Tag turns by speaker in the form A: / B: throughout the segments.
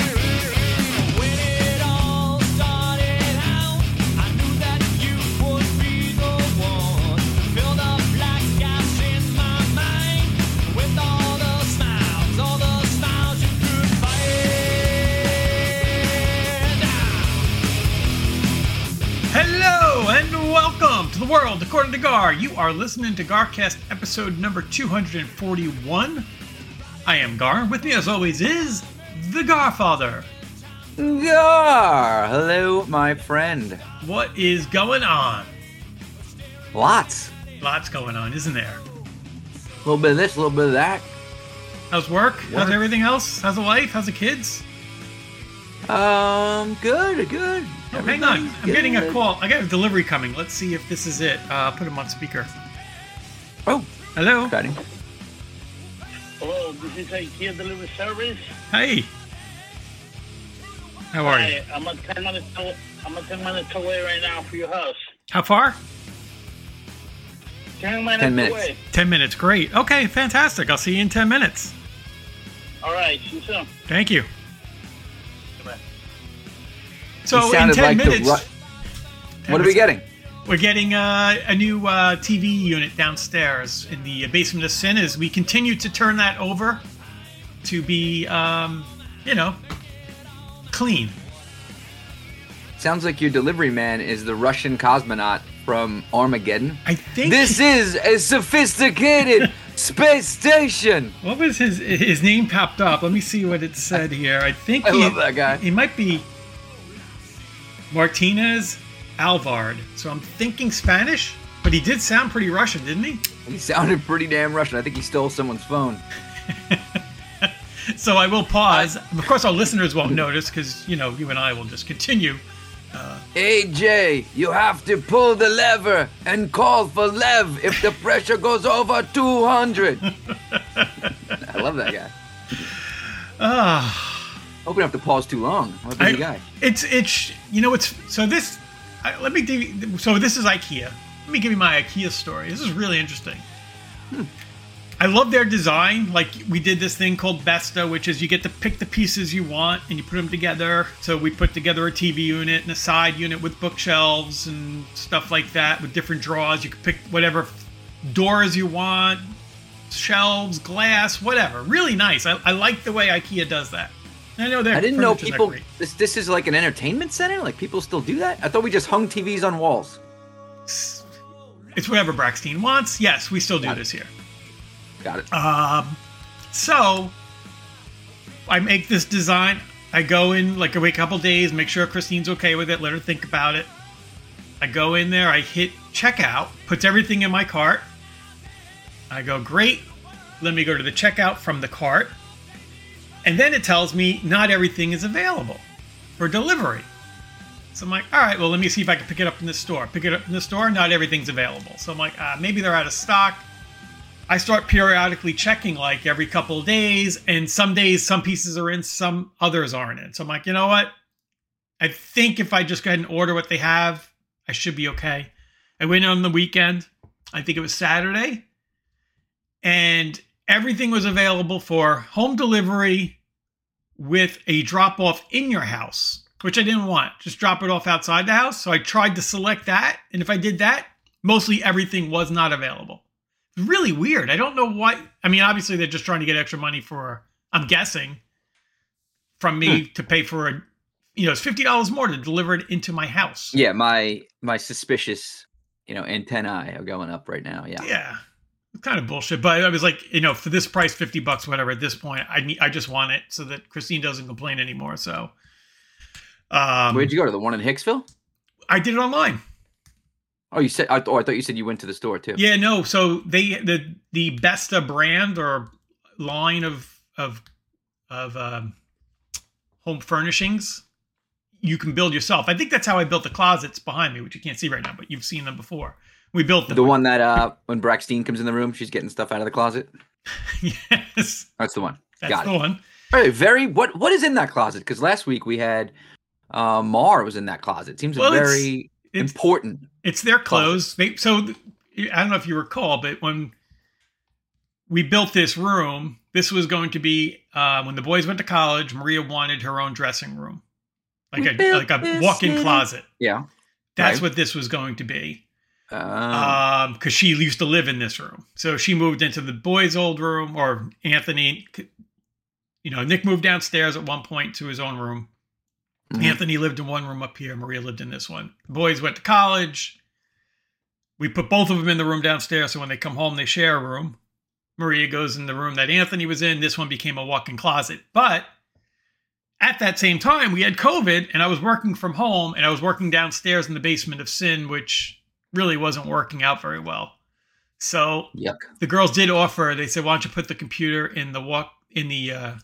A: When it all started out, I knew that you would be the one to fill the black gaps in my mind with all the smiles, all the smiles you could find.
B: Hello and welcome to the world according to Gar. You are listening to Garcast episode number 241. I am Gar. With me as always is the Garfather.
C: Gar! Hello, my friend.
B: What is going on?
C: Lots.
B: Lots going on, isn't there?
C: A little bit of this, a little bit of that.
B: How's work? How's
C: Work.
B: everything else? How's the wife? How's the kids?
C: Um, good, good.
B: Oh, hang on.
C: Everybody's
B: I'm getting a
C: good.
B: call. I got a delivery coming. Let's see if this is it. Uh, put him on speaker.
C: Oh,
B: Hello.
C: exciting.
D: Hello, this is IKEA Delivery Service.
B: Hey. How are you?
D: Hey, I'm a 10 minutes away, I'm a 10 minutes away right now for your house.
B: How far?
D: 10 minutes,
C: 10 minutes.
D: away.
B: 10 minutes. Great. Okay, fantastic. I'll see you in 10 minutes.
D: All right, see you soon.
B: Thank you. So
C: He
B: in
C: sounded
B: 10
C: like the
B: minutes,
C: Ru- What are we getting?
B: we're getting uh, a new uh, TV unit downstairs in the basement of sin as we continue to turn that over to be, um, you know, clean.
C: Sounds like your delivery man is the Russian cosmonaut from Armageddon.
B: I think
C: This is a sophisticated space station.
B: What was his his name popped up? Let me see what it said here. I think
C: I
B: he,
C: love that guy.
B: He might be Martinez Alvard. So I'm thinking Spanish, but he did sound pretty Russian, didn't he?
C: He sounded pretty damn Russian. I think he stole someone's phone.
B: So I will pause. of course, our listeners won't notice because you know you and I will just continue.
C: AJ, you have to pull the lever and call for Lev if the pressure goes over 200. I love that guy. Hope we don't have to pause too long. I'm a busy
B: I-
C: guy.
B: It's it's you know it's so this. I, let me do. So this is IKEA. Let me give you my IKEA story. This is really interesting. I love their design. Like we did this thing called Besta, which is you get to pick the pieces you want and you put them together. So we put together a TV unit and a side unit with bookshelves and stuff like that with different drawers. You could pick whatever doors you want, shelves, glass, whatever. Really nice. I, I like the way IKEA does that. I know
C: I didn't know people. This this is like an entertainment center. Like people still do that. I thought we just hung TVs on walls.
B: It's whatever Braxton wants. Yes, we still do this here.
C: Got it.
B: So I make this design. I go in like every couple days, make sure Christine's okay with it, let her think about it. I go in there, I hit checkout, puts everything in my cart. I go, great, let me go to the checkout from the cart. And then it tells me not everything is available for delivery. So I'm like, all right, well, let me see if I can pick it up in the store. Pick it up in the store, not everything's available. So I'm like, uh, maybe they're out of stock. I start periodically checking like every couple of days, and some days some pieces are in, some others aren't in. So I'm like, you know what? I think if I just go ahead and order what they have, I should be okay. I went on the weekend, I think it was Saturday, and everything was available for home delivery with a drop off in your house, which I didn't want. Just drop it off outside the house. So I tried to select that. And if I did that, mostly everything was not available really weird. I don't know why. I mean, obviously they're just trying to get extra money for. I'm guessing from me to pay for a, you know, it's fifty dollars more to deliver it into my house.
C: Yeah, my my suspicious, you know, antennae are going up right now. Yeah.
B: Yeah, it's kind of bullshit. But I was like, you know, for this price, fifty bucks, whatever. At this point, I need, I just want it so that Christine doesn't complain anymore. So, um,
C: Where'd you go to the one in Hicksville?
B: I did it online.
C: Oh, you said. I, oh, I thought you said you went to the store too.
B: Yeah, no. So they the the Besta brand or line of of of um, home furnishings you can build yourself. I think that's how I built the closets behind me, which you can't see right now, but you've seen them before. We built them.
C: The one that uh when Braxton comes in the room, she's getting stuff out of the closet.
B: yes,
C: That's the one.
B: that's
C: Got
B: the
C: it.
B: one.
C: All right, very what what is in that closet? Because last week we had uh Mar was in that closet. Seems
B: Well, it's-
C: very
B: It's
C: important.
B: it's their clothes. They, so th- I don't know if you recall, but when we built this room, this was going to be uh, when the boys went to college. Maria wanted her own dressing room, like
C: We
B: a
C: built
B: like a
C: this
B: walk-in
C: little-
B: closet.
C: Yeah.
B: That's
C: Right.
B: what this was going to be.
C: Uh,
B: Um, 'cause because she used to live in this room, so she moved into the boys' old room, or Anthony. You know, Nick moved downstairs at one point to his own room.
C: Mhm.
B: Anthony lived in one room up here. Maria lived in this one. The boys went to college. We put both of them in the room downstairs, so when they come home, they share a room. Maria goes in the room that Anthony was in. This one became a walk-in closet, but. At that same time, we had COVID, and I was working from home, and I was working downstairs in the basement of Sin, which really wasn't working out very well. So
C: yuck.
B: the girls did offer. They said, "Why don't you put the computer in the walk in the uh,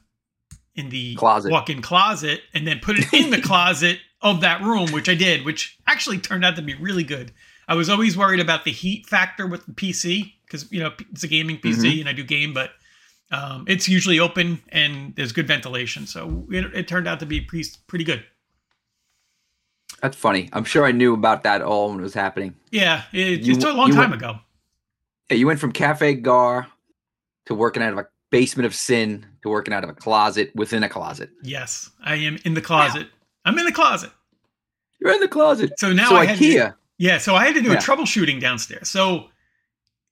B: in the
C: Closet.
B: walk-in closet, and then put it in the closet of that room?" Which I did, which actually turned out to be really good. I was always worried about the heat factor with the PC because you know it's a gaming PC,
C: Mm-hmm.
B: and I do game, but um, it's usually open and there's good ventilation, so it, it turned out to be pretty pretty good.
C: That's funny. I'm sure I knew about that all when it was happening.
B: Yeah, it,
C: You
B: it's a
C: w-
B: long
C: you
B: time
C: went-
B: ago.
C: Yeah, you went from Cafe Gar to working out of a basement of sin to working out of a closet within a closet.
B: Yes, I am in the closet. I'm in the closet.
C: You're in the closet.
B: So now
C: so
B: I had
C: IKEA.
B: To, yeah, so I had to do a
C: Yeah.
B: troubleshooting downstairs. So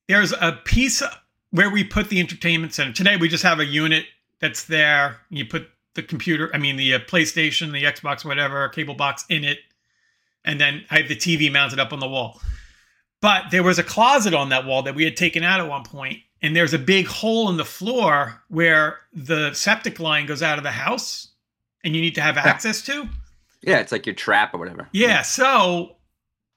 B: there's a piece where we put the entertainment center. Today we just have a unit that's there. You put the computer, I mean the uh, PlayStation, the Xbox, whatever, cable box in it, and then I have the TV mounted up on the wall. But there was a closet on that wall that we had taken out at one point, and there's a big hole in the floor where the septic line goes out of the house, and you need to have access to.
C: Yeah, it's like your trap or whatever.
B: Yeah, so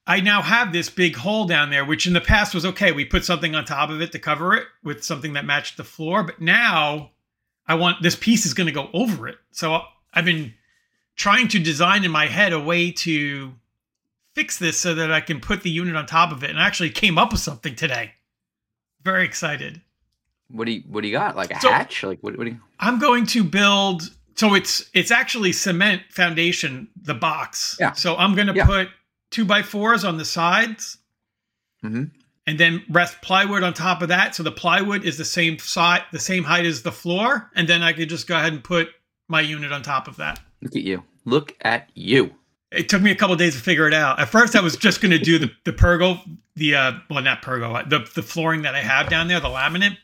B: I now have this big hole down there, which in the past was okay. We put something on top of it to cover it with something that matched the floor, but now I want this piece is going to go over it. So I've been trying to design in my head a way to fix this so that I can put the unit on top of it. And I actually came up with something today. Very excited.
C: What do you what do you got? Like a
B: So-
C: hatch? Like what, what do you
B: I'm going to build so it's it's actually cement foundation, the box.
C: Yeah.
B: So I'm gonna
C: Yeah.
B: put two by fours on the sides.
C: Mhm.
B: And then rest plywood on top of that. So the plywood is the same size the same height as the floor. And then I could just go ahead and put my unit on top of that.
C: look at you. Look at you.
B: It took me a couple days to figure it out. At first I was just gonna do the the pergo, the uh well not pergo, the the flooring that I have down there, the laminate.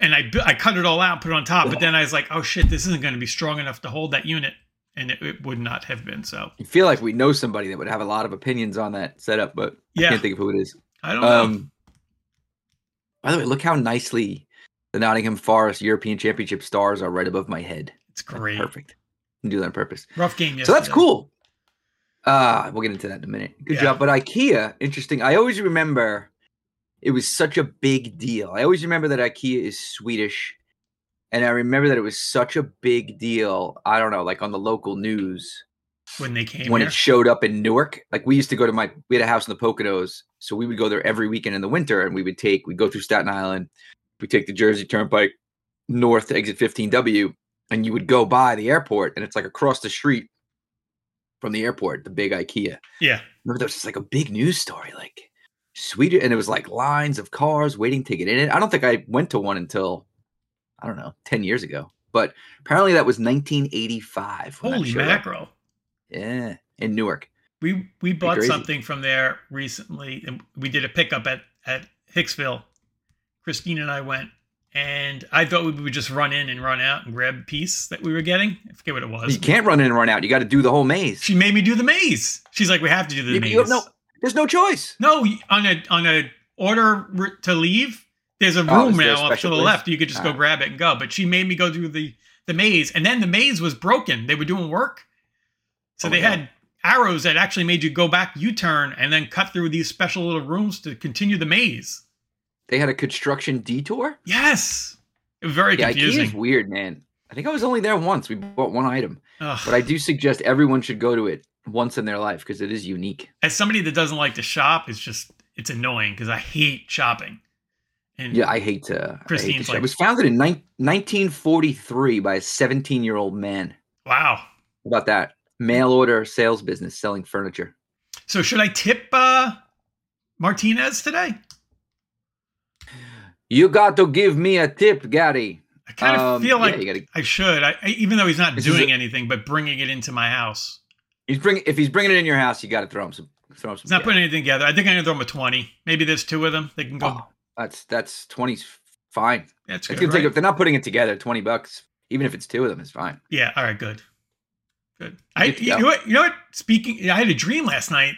B: and I, bu- I cut it all out, put it on top. But then I was like, oh shit, this isn't going to be strong enough to hold that unit, and it, it would not have been. So
C: I feel like we know somebody that would have a lot of opinions on that setup, but I
B: yeah,
C: can't think of who it is.
B: I don't know.
C: Um by the way, look how nicely the Nottingham Forest European Championship stars are right above my head.
B: It's great.
C: Perfect. I do that on purpose.
B: Rough game. Yesterday.
C: So that's cool. Uh, we'll get into that in a minute. Good
B: Yeah.
C: job. But IKEA, interesting. I always remember it was such a big deal. I always remember that IKEA is Swedish. And I remember that it was such a big deal. I don't know, like on the local news
B: when they came
C: when
B: here.
C: it showed up in Newark. Like we used to go to my, we had a house in the Poconos. So we would go there every weekend in the winter and we would take, we'd go through Staten Island, we take the Jersey Turnpike north to exit 15W, and you would go by the airport and it's like across the street from the airport, the big IKEA.
B: yeah,
C: Remember, that was just like a big news story, like Sweden, and it was like lines of cars waiting to get in it. I don't think I went to one until I don't know, 10 years ago. But apparently that was 1985. when that
B: holy
C: showed up.
B: mackerel.
C: Yeah, in Newark.
B: We we bought
C: crazy.
B: something from there recently, and we did a pickup at at Hicksville. Christine and I went, and I thought we would just run in and run out and grab a piece that we were getting. I forget what it was.
C: You can't run in and run out. You got to do the whole maze.
B: She made me do the maze. She's like, we have to do the
C: You-
B: maze.
C: you have no- there's no choice.
B: No, on a on a order r- to leave. There's a
C: Oh,
B: room
C: is there a
B: now up to
C: special
B: the
C: place?
B: left. You could just go
C: Ah.
B: grab it and go. But she made me go through the the maze, and then the maze was broken. They were doing work, so
C: Oh my
B: they
C: God.
B: had arrows that actually made you go back, U turn, and then cut through these special little rooms to continue the maze.
C: They had a construction detour.
B: Yes, very
C: Yeah, IKEA is
B: confusing.
C: weird, man. I think I was only there once. We bought one item,
B: Ugh.
C: but I do suggest everyone should go to it once in their life because it is unique.
B: As somebody that doesn't like to shop, it's just it's annoying because I hate shopping. And
C: Yeah, I hate to. I hate to
B: Christine's
C: show-
B: like-
C: it was founded in 19, 1943 by a 17 year old man.
B: wow.
C: How about that? Mail order sales business selling furniture.
B: So should I tip uh, Martinez today?
C: You got to give me a tip, Gary.
B: I kind of
C: Um,
B: feel
C: yeah,
B: like
C: you gotta-
B: I should, I, I- even though he's not
C: This is
B: doing
C: a-
B: anything, but bringing it into my house.
C: He's bringing if he's bringing it in your house, you got to throw him some. Throw him some.
B: He's not
C: cash.
B: putting anything together. I think I'm gonna throw him a twenty. Maybe there's two of them. They can go.
C: Oh, that's that's twenty's fine.
B: that's
C: It's
B: good.
C: gonna take,
B: right?
C: if they're not putting it together, twenty bucks. Even if it's two of them, is fine.
B: Yeah. All right. Good. Good. I,
C: Good to
B: you,
C: go.
B: know what? You know what? Speaking, I had a dream last night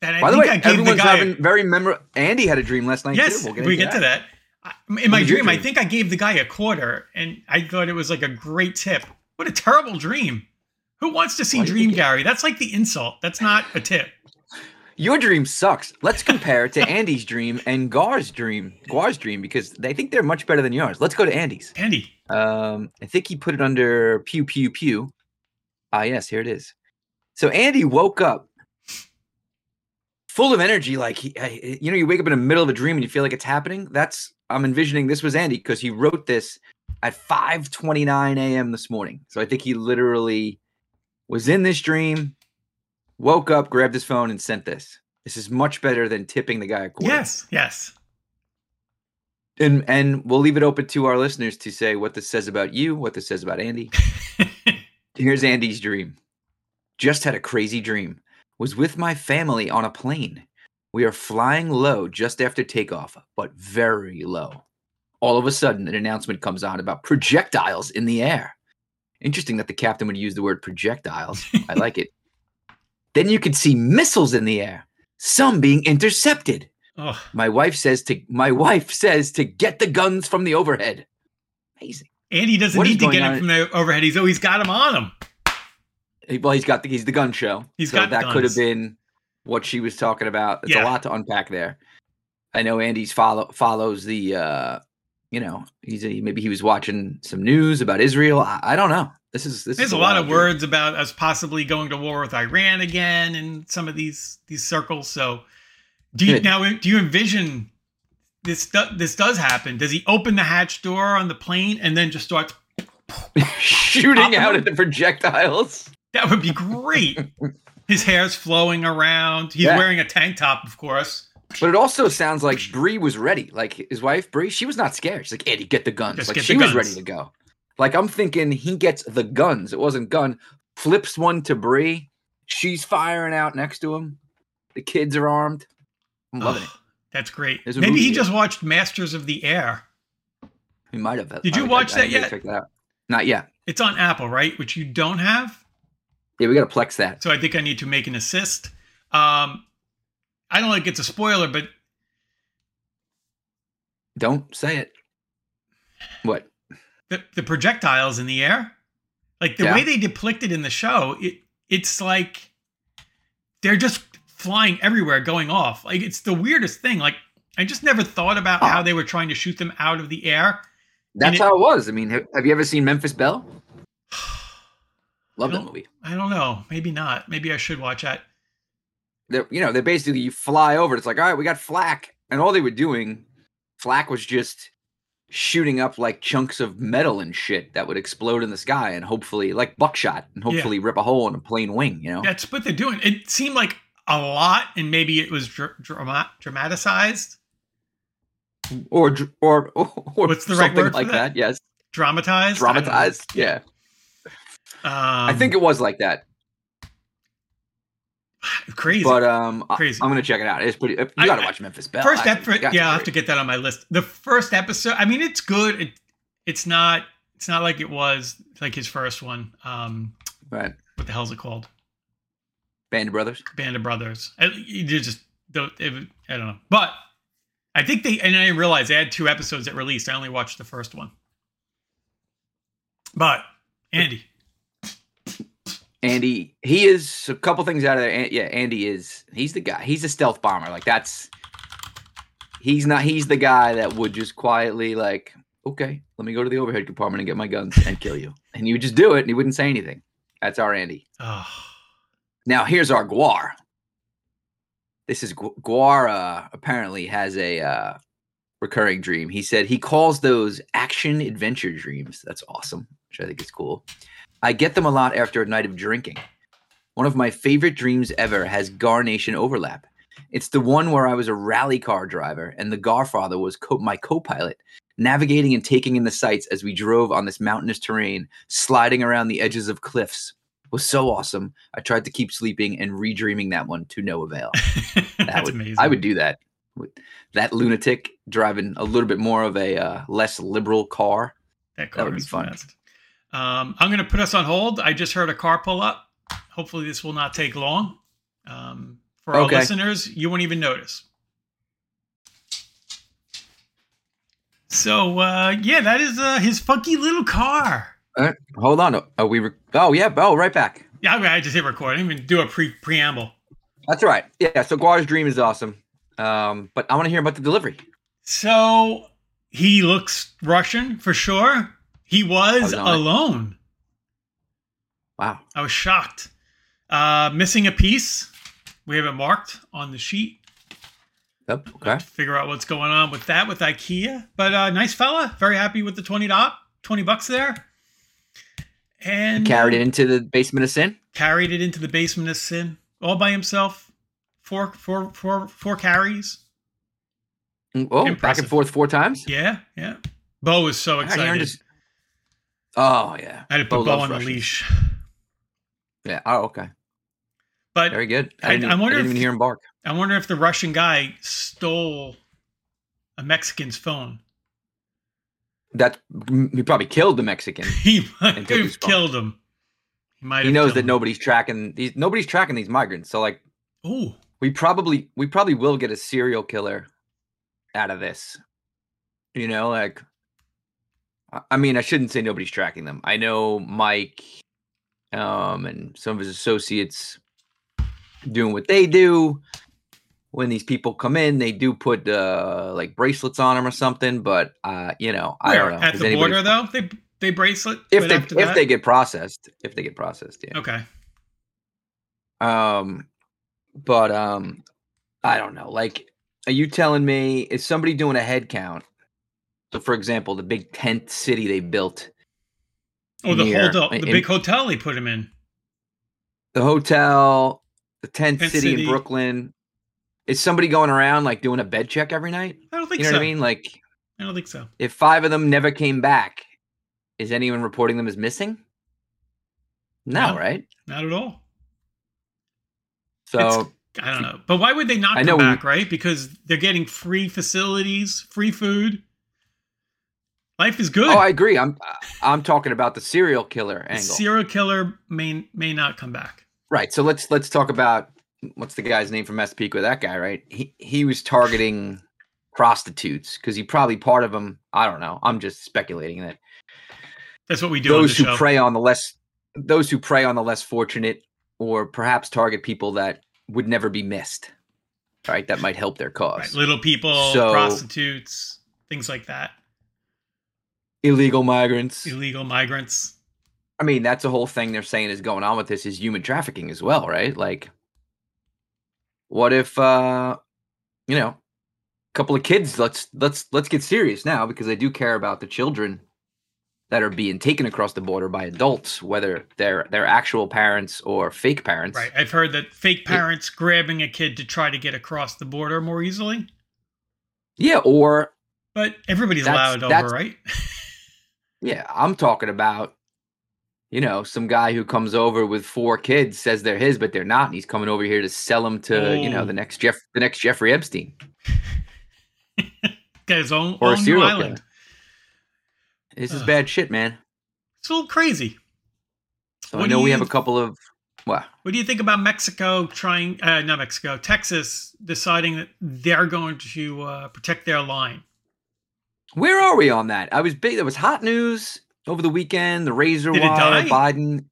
B: that I
C: By the
B: think
C: way,
B: I gave the
C: everyone's
B: guy. a-
C: having very memorable. Andy had a dream last night.
B: yes,
C: too. We'll
B: we
C: into
B: get to that. I, in my
C: was your
B: dream, I
C: dream?
B: think I gave the guy a quarter, and I thought it was like a great tip. What a terrible dream! Who wants to see
C: Why do you
B: Dream
C: think it-
B: Gary? That's like the insult. That's not a tip.
C: Your dream sucks. Let's compare it to Andy's dream and Gar's dream. Gar's dream because I think they're much better than yours. Let's go to Andy's.
B: Andy,
C: Um, I think he put it under pew pew pew. Ah, yes, here it is. So Andy woke up full of energy, like he, I- I- you know, you wake up in the middle of a dream and you feel like it's happening. That's I'm envisioning this was Andy because he wrote this at 5:29 a.m. this morning. So I think he literally was in this dream, woke up, grabbed his phone, and sent this. This is much better than tipping the guy a quarter
B: yes, yes,
C: and and we'll leave it open to our listeners to say what this says about you, what this says about Andy. Here's Andy's dream. Just had a crazy dream. Was with my family on a plane. We are flying low just after takeoff, but very low. All of a sudden, an announcement comes on about projectiles in the air. Interesting that the captain would use the word projectiles. I like it. Then you could see missiles in the air, some being intercepted.
B: oh,
C: My wife says to my wife says to get the guns from the overhead. Amazing.
B: Andy doesn't
C: What is
B: need to
C: going
B: get
C: on?
B: him from the overhead. He's always got him on him.
C: He- Well, he's got the, he's the gun show.
B: He's
C: so
B: got
C: that could
B: guns.
C: have been what she was talking about. It's
B: Yeah.
C: a lot to unpack there. I know Andy's follow follows the uh you know he's a, maybe he was watching some news about Israel. I, I don't know. This is this
B: There's
C: is
B: a lot
C: wild
B: of
C: dream.
B: words about us possibly going to war with Iran again in some of these these circles. So, do you
C: Good.
B: now do you envision this do- this does happen? Does he open the hatch door on the plane and then just starts?
C: shooting out at the projectiles.
B: That would be great. His hair's flowing around. He's
C: Yeah.
B: wearing a tank top, of course.
C: But it also sounds like Bree was ready. Like his wife, Bree, she was not scared. She's like, Andy, get the guns.
B: Just
C: like
B: get the
C: she was ready
B: guns.
C: to go. Like I'm thinking he gets the guns. It wasn't gun. Flips one to Bree. She's firing out next to him. The kids are armed. I'm loving it.
B: Ugh, That's great.
C: There's a
B: Maybe
C: movie
B: he
C: here.
B: just watched Masters of the Air.
C: We might have.
B: Did you
C: I- I-
B: watch
C: I
B: that
C: didn't really
B: yet?
C: Check that out. Not yet.
B: It's on Apple, right? Which you don't have.
C: Yeah, we gotta plex that.
B: so I think I need to make an assist. Um, I don't like it's a spoiler, but
C: Don't say it. What?
B: the, the projectiles in the air, like the
C: Yeah.
B: way they depict it in the show, it it's like they're just flying everywhere, going off. Like it's the weirdest thing. Like I just never thought about
C: Oh.
B: how they were trying to shoot them out of the air.
C: That's
B: it-
C: how it was. I mean, have, have you ever seen Memphis Belle? Love that
B: No.
C: movie.
B: I don't know. Maybe not. Maybe I should watch that.
C: they're you know they're basically you fly over. It's like all right, we got flak, and all they were doing, flak was just shooting up like chunks of metal and shit that would explode in the sky and hopefully like buckshot and hopefully rip a hole in a plane wing. You know,
B: That's what they're doing. It seemed like a lot, and maybe it was dra- drama- dramatized,
C: or dr- or or, or
B: What's the right
C: something
B: word for
C: like
B: that?
C: that? Yes,
B: dramatized, I don't know.
C: dramatized. Yeah, I
B: Um,
C: think it was like that.
B: crazy.
C: But um, I,
B: Crazy.
C: am gonna check it out. It's pretty. You
B: I-
C: got to
B: I-
C: watch Memphis Belle.
B: first
C: actually.
B: episode,
C: That's
B: yeah, I have
C: great.
B: to get that on my list. The first episode, I mean, it's good. It, it's not, it's not like it was like his first one. Um,
C: Right,
B: what the hell's it called?
C: Band of Brothers.
B: Band of Brothers. I, you just don't. It, was- I don't know, but I think they and I didn't realize they had two episodes that released. I only watched the first one. But Andy,
C: Andy, he is a couple things out of there. An- Yeah, Andy is he's the guy. He's a stealth bomber. Like that's he's not he's the guy that would just quietly like, okay, let me go to the overhead compartment and get my guns and kill you. And he would just do it and he wouldn't say anything. That's our Andy.
B: oh,
C: Now here's our Guar. This is Gu- Guar uh, apparently has a uh, recurring dream. He said he calls those action adventure dreams. That's awesome, which I think is cool. I get them a lot after a night of drinking. One of my favorite dreams ever has Garnation overlap. It's the one where I was a rally car driver and the Garfather was co- my co pilot, navigating and taking in the sights as we drove on this mountainous terrain, sliding around the edges of cliffs. It was so awesome. I tried to keep sleeping and redreaming that one to no avail.
B: That's
C: would,
B: amazing.
C: I would do that. With That lunatic driving a little bit more of a uh, less liberal car.
B: That
C: That
B: car
C: would be
B: is
C: fun.
B: fast. Um, I'm going to put us on hold. I just heard a car pull up. Hopefully, this will not take long. Um, for
C: Okay.
B: our listeners, you won't even notice. So, uh, yeah, that is uh, his funky little car.
C: Uh, hold on. Are we? Re- oh yeah. Oh, right back.
B: Yeah, I I just hit record. I didn't even do a pre- preamble.
C: That's right. Yeah. So Guar's dream is awesome. Um, but I want to hear about the delivery.
B: So, he looks Russian for sure. He was
C: was on it.
B: alone.
C: Wow.
B: I was shocked. Uh, missing a piece. We have it marked on the sheet.
C: Yep. Okay.
B: figure out what's going on with that with IKEA. But uh, nice fella, very happy with the twenty dot, twenty bucks there, and
C: Carried it into the basement of sin.
B: carried it into the basement of sin all by himself. Four, four, four, four carries.
C: Mm, Oh, back
B: Impressive.
C: and forth four times.
B: Yeah, yeah. Bo was so
C: God, he earned
B: excited.
C: his- Oh yeah.
B: I had to
C: Bo
B: put Bo
C: loves
B: on the
C: Russians.
B: leash.
C: Yeah. Oh okay.
B: But
C: Very good.
B: I-
C: I didn't,
B: I
C: I
B: wonder
C: didn't
B: if-
C: even hear him bark.
B: I wonder if the Russian guy stole a Mexican's phone.
C: That mm, he probably killed the Mexican.
B: He might
C: And took his
B: have
C: phone.
B: killed him. He might.
C: He
B: have
C: knows
B: killed
C: that
B: him.
C: nobody's tracking these. Nobody's tracking these migrants. So like,
B: Ooh,
C: we probably we probably will get a serial killer out of this you know like I- i mean i shouldn't say nobody's tracking them i know mike um and some of his associates doing what they do when these people come in they do put uh like bracelets on them or something but uh you know i
B: where
C: don't know
B: at
C: Is
B: the
C: anybody-
B: border though? They they bracelet.
C: if
B: but
C: they
B: after
C: if
B: that-
C: they get processed if they get processed yeah
B: okay.
C: um, but um, I don't know. Like, are you telling me is somebody doing a head count? So, for example, the big tent city they built,
B: Oh, the
C: near-
B: whole the,
C: in-
B: the big hotel they put him in.
C: the hotel, the tent,
B: Tent
C: city,
B: city.
C: in Brooklyn. Is somebody going around like doing a bed check every night?
B: I don't
C: You
B: think
C: know
B: so.
C: what I mean? Like,
B: I don't think so.
C: if five of them never came back, is anyone reporting them as missing? No,
B: No.
C: right?
B: Not at all.
C: So oh,
B: I don't know. But why would they not
C: I
B: come
C: know we-
B: back, right? Because they're getting free facilities, free food. Life is good.
C: Oh, I agree. I'm I'm talking about the serial killer
B: The
C: angle.
B: serial killer may may not come back.
C: Right. So let's let's talk about what's the guy's name from Massapequa? That guy, right? He he was targeting prostitutes because he probably part of them. I don't know. I'm just speculating that
B: That's what we do on the
C: those who
B: show.
C: prey on the less those who prey on the less fortunate, or perhaps target people that would never be missed. Right. That might help their cause.
B: Right, Little people,
C: So-
B: prostitutes, things like that.
C: Illegal migrants.
B: Illegal migrants.
C: I mean, that's the whole thing they're saying is going on with this is human trafficking as well, right? Like, what if, uh, you know, a couple of kids? Let's let's let's get serious now because I do care about the children that are being taken across the border by adults, whether they're their actual parents or fake parents.
B: Right. I've heard that fake parents grabbing a kid to try to get across the border more easily.
C: Yeah, or
B: But everybody's
C: That's-
B: allowed over,
C: that's-
B: right?
C: yeah, I'm talking about. You know, some guy who comes over with four kids says they're his, but they're not, and he's coming over here to sell them to you know
B: Oh.
C: the next Jeff, the next Jeffrey Epstein.
B: Got his own,
C: Or a
B: own new
C: serial
B: island.
C: killer. This is
B: Ugh.
C: bad shit, man.
B: It's a little crazy.
C: So
B: What
C: I
B: do
C: know we
B: you-
C: have a couple of well,
B: What do you think about Mexico trying, uh, not Mexico, Texas deciding that they're going to uh, protect their line?
C: where are we on that? I was big. There was hot news over the weekend. The razor
B: Did it
C: wire.
B: die?
C: Biden,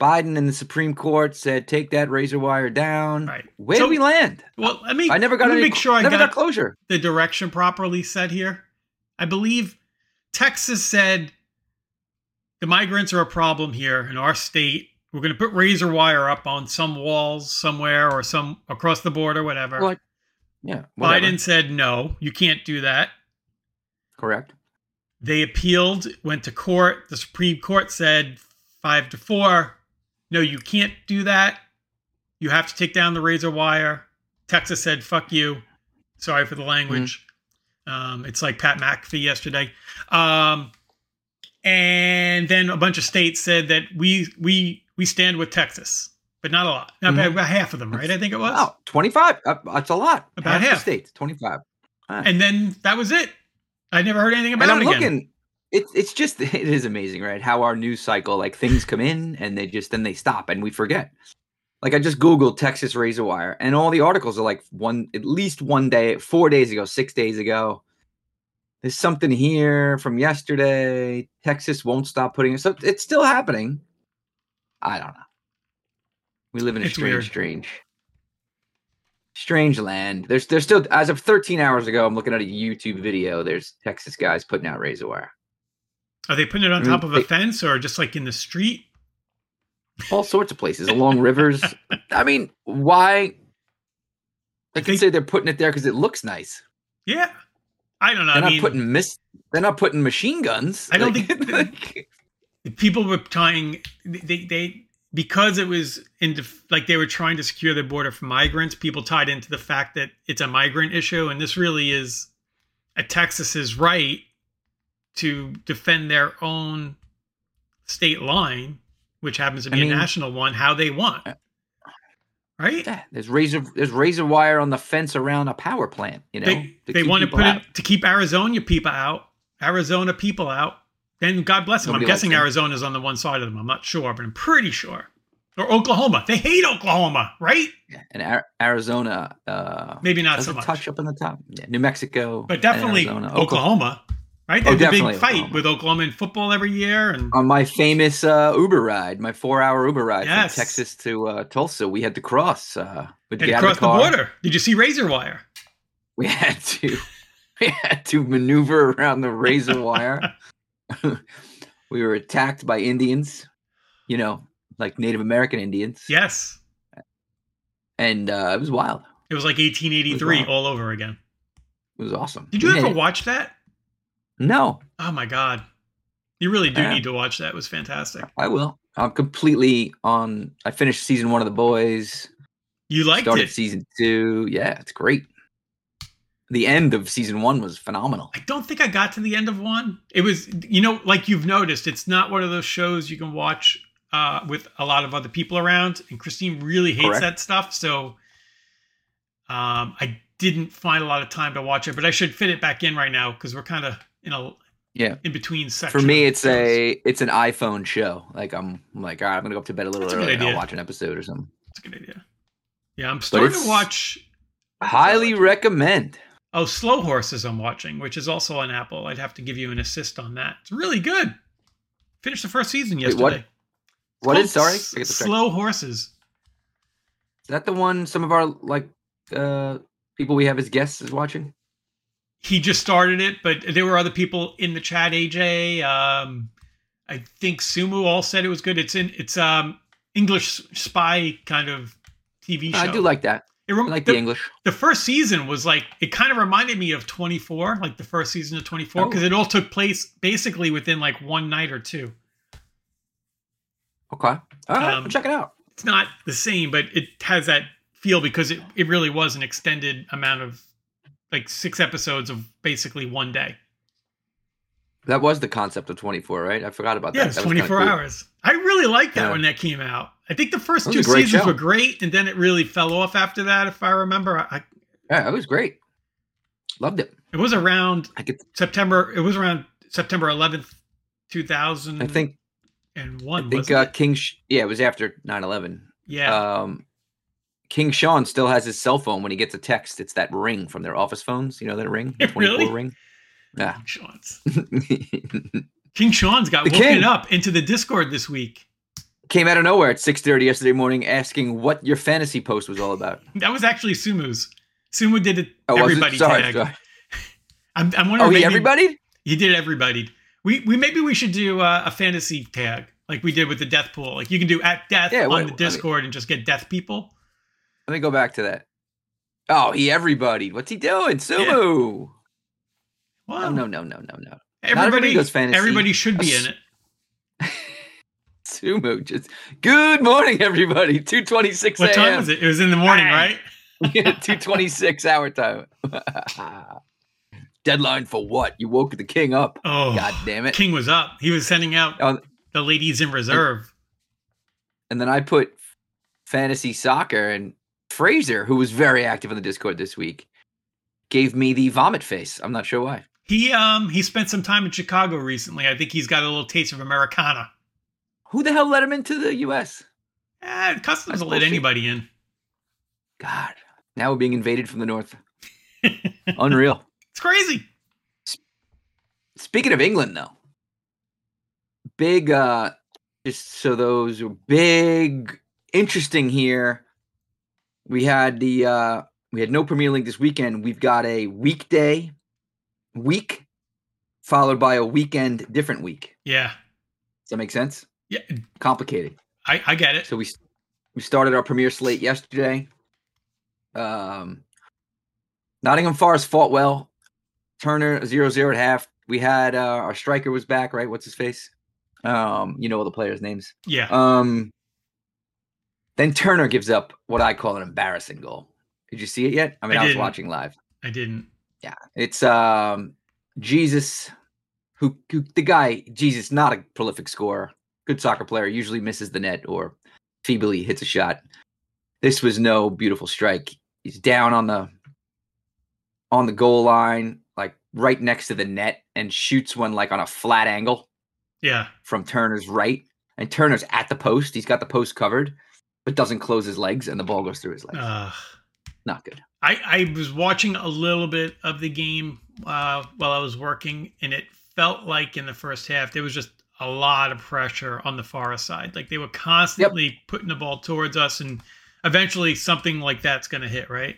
C: Biden, and the Supreme Court said take that razor wire down.
B: Right.
C: Where
B: So-
C: do we land?
B: Well, let me,
C: I never got
B: let me
C: any.
B: make sure I
C: never
B: got,
C: got closure.
B: the direction properly set here. I believe Texas said the migrants are a problem here in our state. We're going to put razor wire up on some walls somewhere or some across the border, whatever.
C: Well, Yeah. whatever.
B: Biden said, no, you can't do that.
C: Correct.
B: They appealed, went to court. The Supreme Court said five to four. No, you can't do that. You have to take down the razor wire. Texas said, fuck you. Sorry for the language.
C: Mm.
B: Um, it's like Pat McAfee yesterday. Um, and then a bunch of states said that we we we stand with Texas, but not a lot. Not bad,
C: Mhm.
B: about half of them, right? I think it was.
C: Oh, 25. Uh, That's a lot.
B: About
C: half
B: half.
C: the states. 25.
B: And then that was it. I never heard anything about
C: and I'm
B: it again.
C: looking. It's it's just it is amazing, right? How our news cycle, like things come in and they just then they stop and we forget. Like I just googled Texas razor wire, and all the articles are like one at least one day, four days ago, six days ago. There's something here from yesterday. Texas won't stop putting it. So it's still happening. I don't know. We live in a
B: It's
C: strange,
B: weird.
C: strange, strange land. There's there's still as of 13 hours ago. I'm looking at a YouTube video. There's Texas guys putting out razor wire.
B: Are they putting it on
C: I mean,
B: top of a
C: they-
B: fence or just like in the street?
C: all sorts of places along rivers. I mean, why? I
B: I
C: can
B: think-
C: say they're putting it there because it looks nice.
B: Yeah. I don't know.
C: They're
B: I
C: not
B: mean,
C: putting mis- They're not putting machine guns.
B: I don't
C: Like-
B: think-
C: like-
B: people were trying they they because it was in def- like they were trying to secure the border from migrants people tied into the fact that it's a migrant issue and this really is a texas's right to defend their own state line which happens to
C: I
B: be
C: mean- Uh,
B: a national one how they want right
C: yeah, there's razor. There's razor wire on the fence around a power plant. You know,
B: they, they
C: keep
B: want to
C: people
B: put
C: out.
B: it to keep arizona people out arizona people out then god bless them
C: Nobody
B: i'm
C: likes
B: guessing
C: them.
B: arizona's on the one side of them i'm not sure but i'm pretty sure or oklahoma they hate oklahoma right
C: and Ar- Arizona. Uh,
B: maybe not so
C: doesn't
B: much
C: touch up in the top. Yeah, New Mexico,
B: but
C: and
B: definitely
C: Arizona.
B: oklahoma, right
C: Oh,
B: there's a
C: definitely
B: big fight
C: Oklahoma. Um,
B: with oklahoma in football every year and
C: on my famous uh, Uber ride, my four-hour Uber ride
B: Yes.
C: from Texas to uh, Tulsa, we had to cross. Uh, we'd
B: and
C: get out of
B: across the
C: car.
B: border did you see razor wire
C: we had to we had to maneuver around the razor wire. we were attacked by Indians, you know, like Native American Indians.
B: yes
C: and uh, it was wild.
B: it was like 1883
C: It was
B: all
C: wild.
B: over again
C: It was awesome.
B: did you
C: We
B: ever
C: made it.
B: watch that
C: No,
B: oh my god you really do
C: Yeah.
B: need to watch that it was fantastic
C: I will. I'm completely on. I finished season one of The Boys.
B: you liked
C: started
B: it
C: season two. Yeah, it's great. The end of season one was phenomenal.
B: I don't think I got to the end of one. It was, you know, like you've noticed, it's not one of those shows you can watch uh, with a lot of other people around. And Christine really hates
C: Correct.
B: that stuff. So um, I didn't find a lot of time to watch it, but I should fit it back in right now because we're kind of in a
C: Yeah.
B: in between sections.
C: For me, it's a it's an iPhone show. Like I'm, I'm like, all right, I'm gonna go up to bed a little
B: That's a good
C: early and I'll
B: idea.
C: watch an episode or something.
B: It's a good idea. Yeah, I'm starting
C: it's-
B: to watch.
C: Highly recommend.
B: Oh, Slow Horses, I'm watching, which is also on Apple. I'd have to give you an assist on that. It's really good. Finished the first season
C: Wait,
B: yesterday.
C: what? What
B: Called
C: is sorry?
B: S-
C: I get distracted.
B: Slow Horses.
C: Is that the one some of our like uh people we have as guests is watching?
B: he just started it, but there were other people in the chat. AJ, um, I think Sumu all said it was good. It's in it's um English spy kind of TV show.
C: I do like that.
B: it
C: I
B: rem-
C: like
B: the,
C: the, English.
B: the first season was like it kind of reminded me of 24, like the first season of 24,
C: Oh.
B: because it all took place basically within like one night or two.
C: Okay. All right,
B: Um,
C: we'll check it out.
B: It's not the same, but it has that feel because it, it really was an extended amount of like six episodes of basically one day.
C: That was the concept of 24, right? I forgot about
B: Yeah,
C: that.
B: it's
C: That was kinda
B: 24
C: cool.
B: hours. I really liked that
C: Yeah.
B: when that came out. I think the first
C: That was
B: two
C: a great
B: seasons
C: show.
B: were great, and then it really fell off after that, if I remember. I,
C: Yeah, it was great. Loved it.
B: it was around
C: I could
B: September. It was around September 11th, 2000.
C: I think
B: and
C: I
B: one.
C: think
B: Mm, wasn't
C: uh
B: it?
C: King Sh- yeah, it was after 9/11.
B: yeah,
C: Um King Sean still has his cell phone when he gets a text. It's that ring from their office phones. You know that ring? The 24
B: Really?
C: ring? Yeah.
B: King Sean's. King Sean's got
C: The
B: woken
C: king.
B: up into the Discord this week.
C: Came out of nowhere at 6:30 yesterday morning asking what your fantasy post was all about.
B: That was actually Sumu's. Sumu did it.
C: Oh, was it?
B: everybody
C: Sorry,
B: tag.
C: sorry.
B: I'm, I'm
C: Oh,
B: wondering.
C: he
B: maybe-
C: everybody?
B: He did everybody. We we maybe we should do uh, a fantasy tag like we did with the death pool. Like you can do at death
C: Yeah,
B: on
C: what- I
B: the
C: mean-
B: Discord and just get death people.
C: Let me go back to that. Oh, he everybody. What's he doing? Sumu. No,
B: Well,
C: no, no, no, no, no.
B: everybody
C: everybody goes fantasy.
B: Everybody should be in it.
C: Two mooches. Good morning, everybody. 2.26
B: What time
C: a.m.
B: was it? It was in the morning,
C: Bang.
B: right?
C: 2.26 hour time. Deadline for what? You woke the king up.
B: Oh,
C: God damn it.
B: King was up. He was sending out
C: Oh.
B: the ladies in reserve.
C: and then I put fantasy soccer and Fraser, who was very active on the Discord this week, gave me the vomit face. I'm not sure why.
B: He um he spent some time in Chicago recently. I think he's got a little taste of Americana.
C: Who the hell let him into the U.S.?
B: Eh, customs
C: That's
B: will let
C: bullshit.
B: anybody in.
C: God, now we're being invaded from the north. Unreal.
B: It's crazy.
C: Speaking of England, though, big, uh, just so those are big, interesting here. We had the, uh, we had no Premier League this weekend. We've got a weekday week followed by a weekend different week.
B: Yeah,
C: Does that make sense?
B: Yeah.
C: Complicated.
B: I, I get it.
C: So we s- we started our premier slate yesterday. Um, Nottingham Forest fought well. Turner 0-0 at half. We had uh, our striker was back, right? What's his face? Um, you know all the players' names.
B: Yeah,
C: Um, then Turner gives up what I call an embarrassing goal. Did you see it yet? I mean,
B: I
C: I, was
B: didn't.
C: watching live.
B: I didn't.
C: Yeah, it's um, Jesus, who, who the guy Jesus, not a prolific scorer, good soccer player, usually misses the net or feebly hits a shot. This was no beautiful strike. He's down on the on the goal line, like right next to the net, and shoots one like on a flat angle
B: Yeah,
C: from Turner's right, and Turner's at the post. He's got the post covered, but doesn't close his legs, and the ball goes through his legs.
B: uh,
C: Not good.
B: I I was watching a little bit of the game uh, while I was working, and it felt like in the first half there was just a lot of pressure on the Forest side. Like they were constantly putting the ball towards us, and eventually something like that's going to hit, right?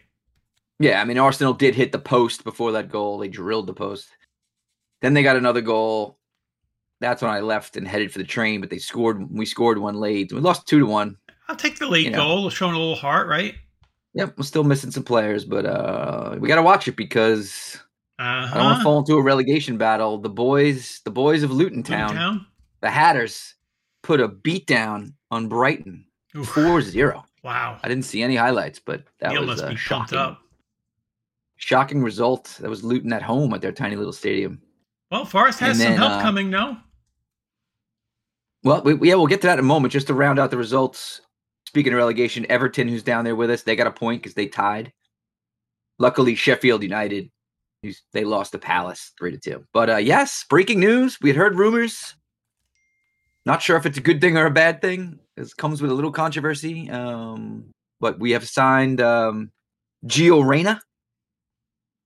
C: Yeah, I mean Arsenal did hit the post before that goal. They drilled the post. Then they got another goal. That's when I left and headed for the train, but they scored. We scored one late. We lost two to one.
B: I'll take the late
C: You know.
B: goal, showing a little heart, right?
C: Yep, we're still missing some players, but uh we gotta watch it because I don't want
B: Uh-huh.
C: to fall into a relegation battle. The boys, the boys of Luton Town,
B: Hometown?
C: the Hatters, put a beat down on Brighton
B: Oof.
C: 4-0.
B: Wow.
C: I didn't see any highlights, but that
B: Neil
C: was
B: must
C: a
B: be pumped
C: shocking,
B: up.
C: shocking result. That was Luton at home at their tiny little stadium.
B: Well, Forrest has
C: And
B: some
C: then,
B: help
C: uh,
B: coming, no?
C: Well, we, yeah, we'll get to that in a moment. Just to round out the results. Speaking of relegation, Everton, who's down there with us, they got a point because they tied. Luckily, Sheffield United, who's, they lost to Palace three to two. But uh, yes, breaking news. We had heard rumors. Not sure if it's a good thing or a bad thing. This comes with a little controversy. Um, but we have signed um, Gio Reyna,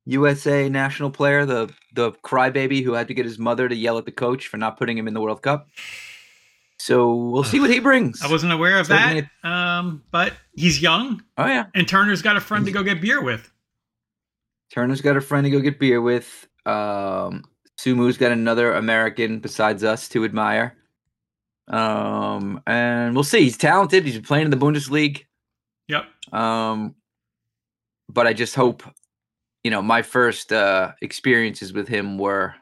C: USA national player, the the crybaby who had to get his mother to yell at the coach for not putting him in the World Cup. So we'll see what he brings.
B: I wasn't aware of
C: Certainly
B: that. Um, but he's young,
C: oh yeah,
B: and Turner's got a friend to go get beer with.
C: Turner's got a friend to go get beer with. Um, Sumu's got another American besides us to admire. Um, and we'll see. He's talented. He's been playing in the Bundesliga.
B: Yep.
C: Um, but I just hope, you know, my first uh, experiences with him were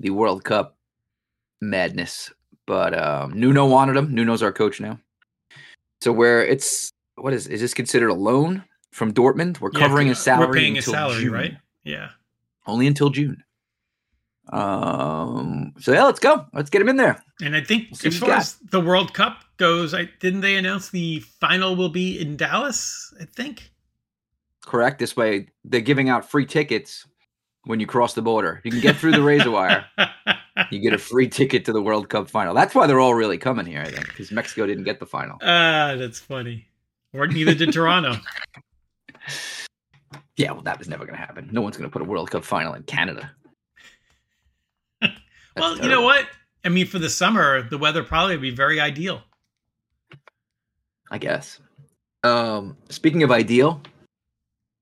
C: the World Cup madness. But um, Nuno wanted him. Nuno's our coach now. So where it's what is is this considered a loan from Dortmund? We're
B: Yeah,
C: covering his salary.
B: We're paying his
C: until
B: salary,
C: June
B: right? Yeah.
C: only until June. Um, so yeah, let's go. Let's get him in there.
B: And I think
C: see
B: as
C: what
B: far
C: you got.
B: as the World Cup goes, I didn't they announce the final will be in Dallas? I think.
C: Correct. This way, they're giving out free tickets when you cross the border. You can get through the razor wire. You get a free ticket to the World Cup final. That's why they're all really coming here, I think, because Mexico didn't get the final.
B: Ah, that's funny. Or neither did Toronto.
C: Yeah, well, that was never going to happen. No one's going to put a World Cup final in Canada. That's
B: well, you know
C: terrible.
B: what? I mean, for the summer, the weather probably would be very ideal.
C: I guess. Um, speaking of ideal,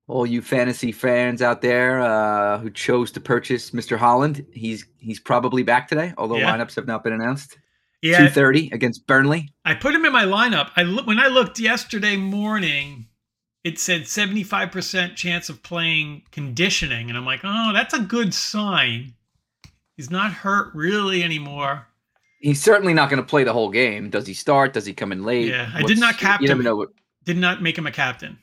C: all you fantasy fans out there uh, who chose to purchase Mr. Holland, he's he's probably back today, although
B: Yeah.
C: lineups have not been announced.
B: Yeah,
C: Two thirty against Burnley.
B: I put him in my lineup. I look when I looked yesterday morning, it said 75% chance of playing conditioning. And I'm like, oh, that's a good sign. He's not hurt really anymore.
C: He's certainly not going to play the whole game. Does he start? Does he come in late?
B: Yeah, I did not cap
C: You never
B: him.
C: know what.
B: Did not make him a captain.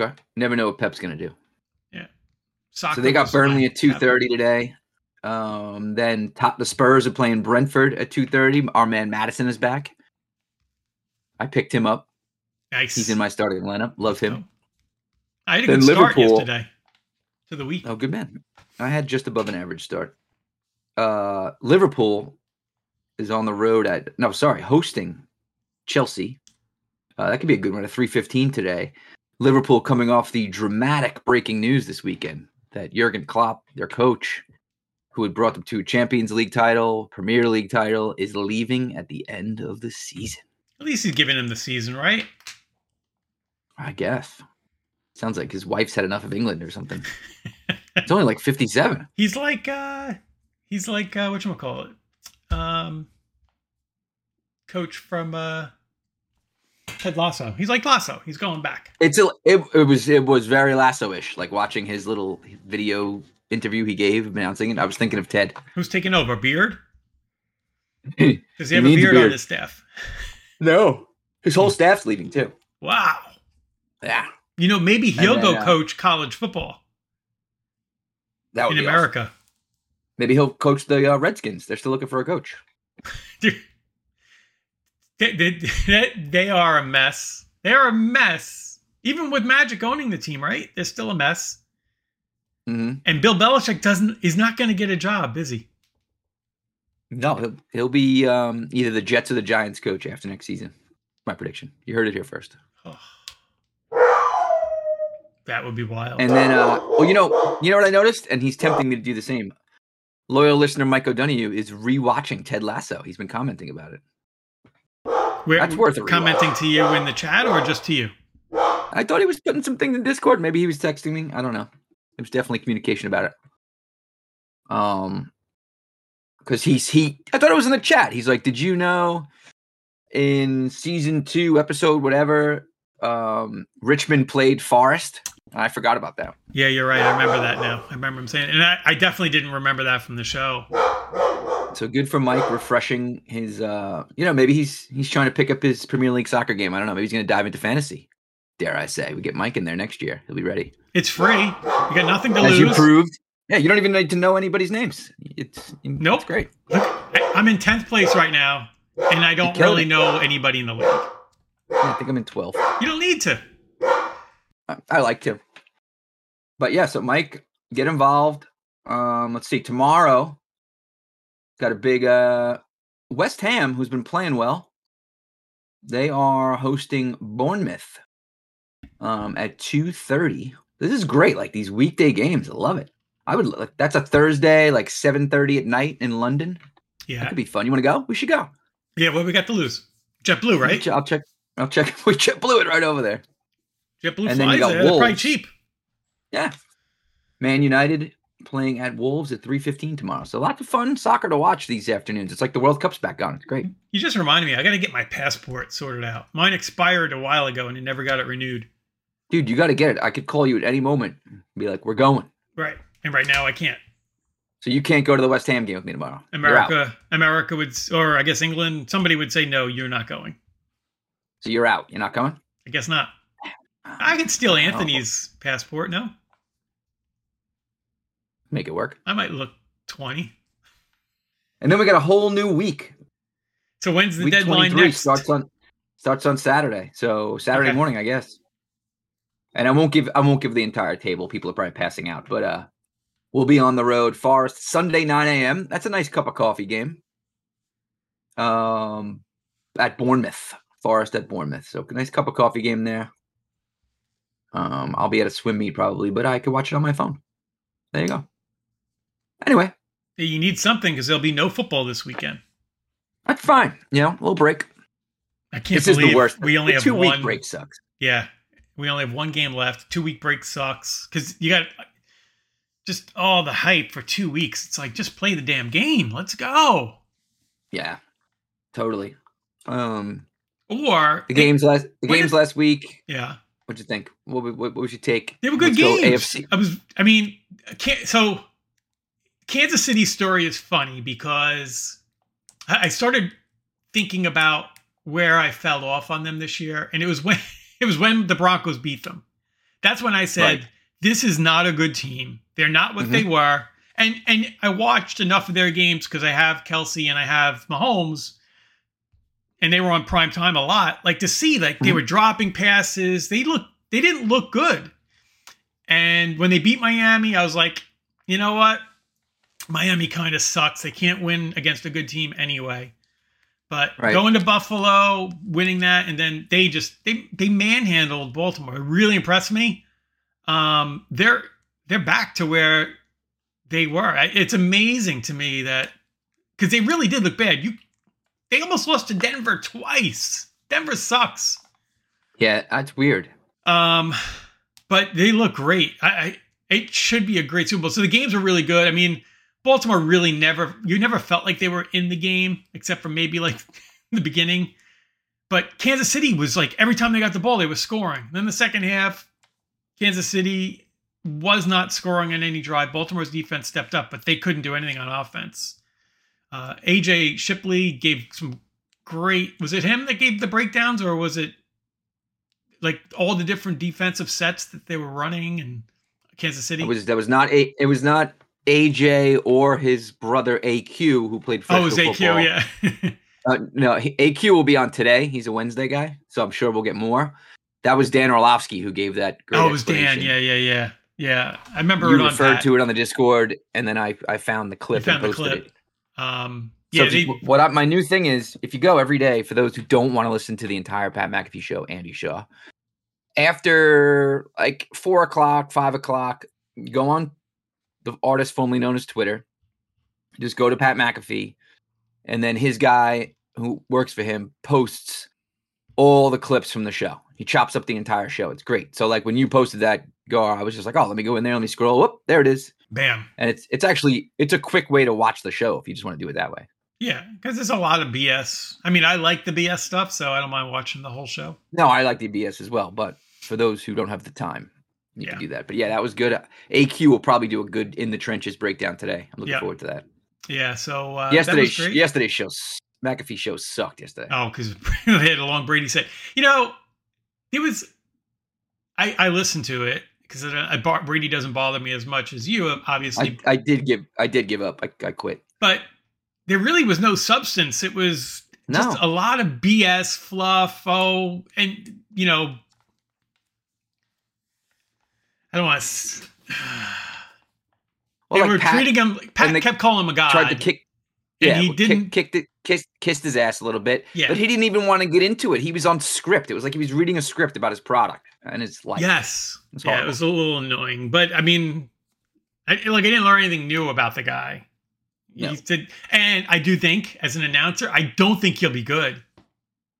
C: Okay. Never know what Pep's going to do.
B: Soccer
C: So they got
B: was my
C: Burnley at two
B: captain.
C: thirty today. Um, then top the Spurs are playing Brentford at two thirty. Our man Madison is back. I picked him up.
B: Nice.
C: He's in my starting lineup. Love him.
B: I had a
C: Then
B: good start
C: Liverpool-
B: yesterday to the week.
C: Oh, good man. I had just above an average start. Uh, Liverpool is on the road at no, sorry, hosting Chelsea. Uh, that could be a good one at three fifteen today. Liverpool coming off the dramatic breaking news this weekend that Jurgen Klopp, their coach, who had brought them to a Champions League title, Premier League title, is leaving at the end of the season.
B: At least he's giving him the season, right?
C: I guess. Sounds like his wife's had enough of England or something. it's only like fifty-seven.
B: He's like uh he's like uh whatchamacallit? Um coach from uh Ted Lasso. He's like Lasso. He's going back.
C: It's a, it, it was it was very lasso-ish. Like watching his little video interview he gave announcing it, I was thinking of Ted.
B: Who's taking over? Beard? Does he
C: He
B: have a
C: needs a
B: beard, on
C: beard.
B: his staff?
C: No, his whole staff's leaving too.
B: Wow.
C: Hmm. Yeah,
B: You know, maybe he'll
C: then,
B: go
C: uh,
B: coach college football
C: that would
B: in
C: be awesome.
B: America.
C: Maybe he'll coach the uh, Redskins. They're still looking for a coach.
B: Dude, they, they, they are a mess. They are a mess. Even with Magic owning the team, right? They're still a mess.
C: hmm
B: And Bill Belichick doesn't is not going to get a job, is he?
C: No, he'll, he'll be um, either the Jets or the Giants coach after next season. My prediction. You heard it here first.
B: That would be wild.
C: And then, uh, well, you know, you know what I noticed, and he's tempting me to do the same. Loyal listener Mike O'Donoghue is rewatching Ted Lasso. He's been commenting about it.
B: Where-
C: that's worth a rewatch.
B: commenting to you in the chat or just to you.
C: I thought he was putting something in Discord. Maybe he was texting me. I don't know. There was definitely communication about it. Um, because he's he. I thought it was in the chat. He's like, "Did you know in season two, episode whatever, um, Richmond played Forest?" I forgot about that.
B: Yeah, you're right. I remember that now. I remember him saying, and I, I definitely didn't remember that from the show.
C: So good for Mike, refreshing his. uh You know, maybe he's he's trying to pick up his Premier League soccer game. I don't know. Maybe he's going to dive into fantasy. Dare I say, we get Mike in there next year. He'll be ready.
B: It's free. You got nothing to
C: As you
B: lose.
C: proved. Yeah, you don't even need to know anybody's names. It's
B: Nope.
C: It's great.
B: Look, I, I'm in tenth place right now, and I don't
C: killed
B: really
C: it.
B: know anybody in the league.
C: Yeah, I think I'm in 12.
B: You don't need to.
C: I, I liked him. But yeah, so Mike, get involved. Um, let's see. Tomorrow, got a big uh, West Ham, who's been playing well. They are hosting Bournemouth um, at 2.30. This is great. Like these weekday games. I love it. I would like that's a Thursday, like 7.30 at night in London. That
B: Yeah,
C: could be fun. You want to go? We should go.
B: yeah. What we got to lose? JetBlue,
C: I'll
B: right?
C: che- I'll check. I'll check. We check blew it right over there.
B: JetBlue
C: And then you
B: flies
C: got
B: there. They're probably
C: Wolves.
B: cheap.
C: Yeah. Man United playing at Wolves at 3:15 tomorrow. So lots of fun soccer to watch these afternoons. It's like the World Cup's back on. It's great.
B: You just reminded me. I got to get my passport sorted out. Mine expired a while ago, and it never got it renewed.
C: Dude, you got to get it. I could call you at any moment. and Be like, "We're going."
B: Right. And right now, I can't.
C: So you can't go to the West Ham game with me tomorrow. You're out.
B: America, America would, s- or I guess England, somebody would say, no, you're not going.
C: So you're out. You're not coming?
B: I guess not. I can steal Anthony's passport. No,
C: Make it work.
B: I might look 20.
C: And then we got a whole new week.
B: So when's the
C: week
B: deadline
C: 23
B: next?
C: starts on starts on Saturday. So Saturday
B: Okay.
C: morning, I guess. And I won't give I won't give the entire table. People are probably passing out, but uh we'll be on the road Forest Sunday 9 a.m. That's a nice cup of coffee game. Um at Bournemouth. Forest at Bournemouth. So a nice cup of coffee game there. Um, I'll be at a swim meet probably, but I could watch it on my phone. There you go. Anyway,
B: Hey, You need something because there'll be no football this weekend.
C: that's fine. You know, a little break.
B: I can't
C: This is
B: believe
C: the worst.
B: we only have
C: two
B: one
C: week break sucks.
B: Yeah, we only have one game left. Two week break sucks because you got just all the hype for two weeks. It's like just play the damn game. Let's go.
C: Yeah, totally. Um,
B: Or
C: the games last the
B: What
C: games
B: if-
C: last week.
B: Yeah,
C: What'd you think? What would, what would you take?
B: They were good
C: Let's go
B: games.
C: AFC.
B: I was. I mean, can so Kansas City's story is funny because I I started thinking about where I fell off on them this year, and it was when it was when the Broncos beat them. That's when I said,
C: Right. Mm-hmm.
B: "This is not a good team. They're not what they were." And and I watched enough of their games because I have Kelsey and I have Mahomes and they were on prime time a lot, like to see like
C: Mm-hmm.
B: they were dropping passes. They look they didn't look good. And when they beat Miami, I was like, you know what? Miami kind of sucks. They can't win against a good team anyway. But
C: Right.
B: going to Buffalo, winning that, and then they just they they manhandled Baltimore. It really impressed me. Um, they're they're back to where they were. I- It's amazing to me that because they really did look bad. You they almost lost to Denver twice. Denver sucks.
C: Yeah, that's weird.
B: Um, but they look great. I, I it should be a great Super Bowl. So the games are really good. I mean, Baltimore really never you never felt like they were in the game except for maybe like the beginning. But Kansas City was like every time they got the ball, they were scoring. Then the second half, Kansas City was not scoring on any drive. Baltimore's defense stepped up, but they couldn't do anything on offense. Uh, AJ Shipley gave some great. Was it him that gave the breakdowns, or was it like all the different defensive sets that they were running in Kansas City?
C: It was that was not a it was not AJ or his brother AQ who played.
B: oh, it
C: professional
B: was AQ,
C: football.
B: yeah.
C: Uh, no, he- AQ will be on today. He's a Wednesday guy, so I'm sure we'll get more. That was Dan Orlovsky who gave that. Great
B: oh, it was Dan.
C: explanation.
B: Yeah, yeah, yeah, yeah. I remember it
C: You
B: on
C: referred
B: that.
C: to it on the Discord, and then I I found the clip
B: found the
C: and posted
B: clip.
C: it.
B: Um,
C: So
B: yeah,
C: if
B: they-
C: you- what I, my new thing is, if you go every day, for those who don't want to listen to the entire Pat McAfee show, Andy Shaw, after like four o'clock, five o'clock, you go on the artist formerly known as Twitter, just go to Pat McAfee, and then his guy who works for him posts all the clips from the show. He chops up the entire show. It's great. So like when you posted that, Gar, I was just like, oh, let me go in there, let me scroll. Whoop, there it is.
B: bam.
C: And it's it's actually it's a quick way to watch the show if you just want to do it that way.
B: Yeah, because there's a lot of BS. I mean, I like the BS stuff, so I don't mind watching the whole show.
C: No, I like the BS as well, but for those who don't have the time, you
B: Yeah.
C: can do that. But yeah, that was good. AQ will probably do a good in the trenches breakdown today. I'm looking
B: Yeah.
C: forward to that.
B: Yeah, so uh, that
C: yesterday's
B: was great.
C: yesterday's show, s- McAfee show sucked yesterday.
B: Oh, because they had a long Brady set. You know, it was. I I listened to it because I, I bar- Brady doesn't bother me as much as you, obviously.
C: I, I did give I did give up. I, I quit.
B: but there really was no substance. It was
C: No,
B: just a lot of BS fluff. Oh, and you know, I don't want to.
C: Well,
B: they
C: like
B: were
C: Pat
B: treating him. Pat
C: and they
B: kept calling him a god.
C: tried to kick.
B: Uh, and
C: Yeah,
B: he
C: well,
B: didn't-
C: kick, kicked it, kissed, kissed his ass a little bit,
B: Yeah.
C: but he didn't even want to get into it. He was on script. It was like he was reading a script about his product and his life.
B: Yes.
C: It's
B: Yeah, it was a little annoying, but I mean, I, like I didn't learn anything new about the guy.
C: No.
B: He did, and I do think, as an announcer, I don't think he'll be good.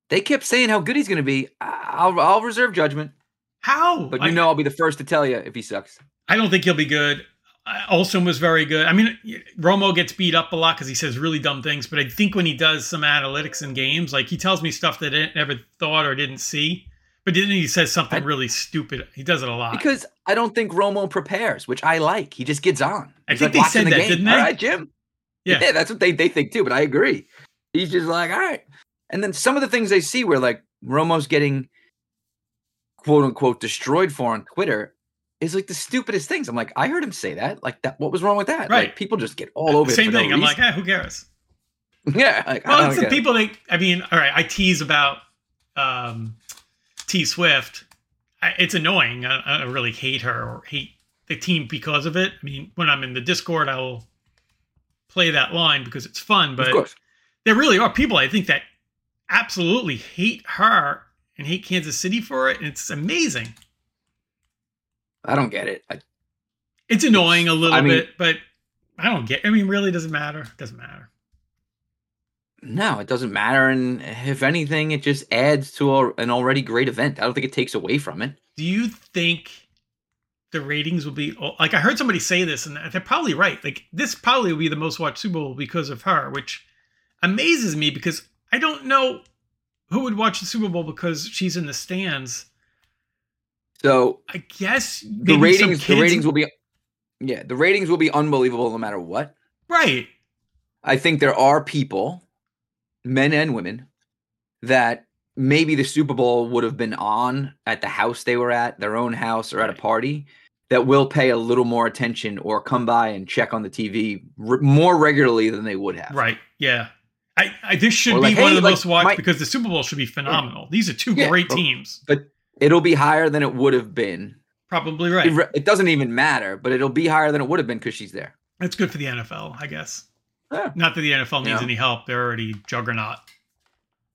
C: They kept saying how good he's going to be. I- I'll, I'll reserve judgment,
B: How?
C: but
B: I,
C: you know I'll be the first to tell you if he sucks.
B: I don't think he'll be good. Uh, Olsen was very good. I mean, Romo gets beat up a lot because he says really dumb things, but I think when he does some analytics in games, like he tells me stuff that I never thought or didn't see, but then he says something
C: I-
B: really stupid. He does it a lot.
C: Because I don't think Romo prepares, which I like. He just gets on.
B: I
C: He's
B: think
C: like
B: they
C: watching
B: said
C: the
B: that,
C: game.
B: didn't
C: All
B: they?
C: right, Jim.
B: Yeah.
C: Yeah. that's what they, they think too, but I agree. He's just like, all right. And then some of the things they see were like Romo's getting quote unquote destroyed for on Twitter is like the stupidest things. I'm like, I heard him say that. Like that what was wrong with that?
B: Right.
C: Like people just get all over him
B: Same
C: for no
B: thing. I'm like, eh,
C: reason.
B: who cares?
C: Yeah. Like, I
B: Well,
C: don't
B: it's the
C: get it.
B: people that I mean. All right, I tease about um, T Swift. I, it's annoying. I, I really hate her or hate the team because of it. I mean, when I'm in the Discord, I will play that line because it's fun.
C: of
B: But
C: course.
B: there really are people I think that absolutely hate her and hate Kansas City for it, and it's amazing.
C: I don't get it. I,
B: It's annoying a little
C: I mean-
B: bit, but I don't get. I mean, really, doesn't matter. Doesn't matter.
C: no, it doesn't matter. And if anything, it just adds to a, an already great event. I don't think it takes away from it.
B: do you think the ratings will be like I heard somebody say this and they're probably right. Like this probably will be the most watched Super Bowl because of her, which amazes me because I don't know who would watch the Super Bowl because she's in the stands.
C: So
B: I guess
C: the
B: maybe some
C: ratings, the
B: kids-
C: ratings will be, yeah, the ratings will be unbelievable no matter what.
B: right.
C: I think there are people, men and women, that maybe the Super Bowl would have been on at the house they were at, their own house, or at a
B: Right.
C: party that will pay a little more attention or come by and check on the TV r- more regularly than they would have.
B: Right. Yeah. I, I this should
C: Or
B: be
C: like,
B: one
C: hey,
B: of the
C: like,
B: most watched
C: my-
B: because the Super Bowl should be phenomenal. These are two
C: Yeah,
B: great
C: well,
B: teams.
C: It'll be higher than it would have been.
B: Probably
C: It
B: right.
C: re- It doesn't even matter, but it'll be higher than it would have been because she's there.
B: That's good for the NFL, I guess.
C: Yeah.
B: Not that the NFL needs
C: Yeah.
B: any help. They're already juggernaut.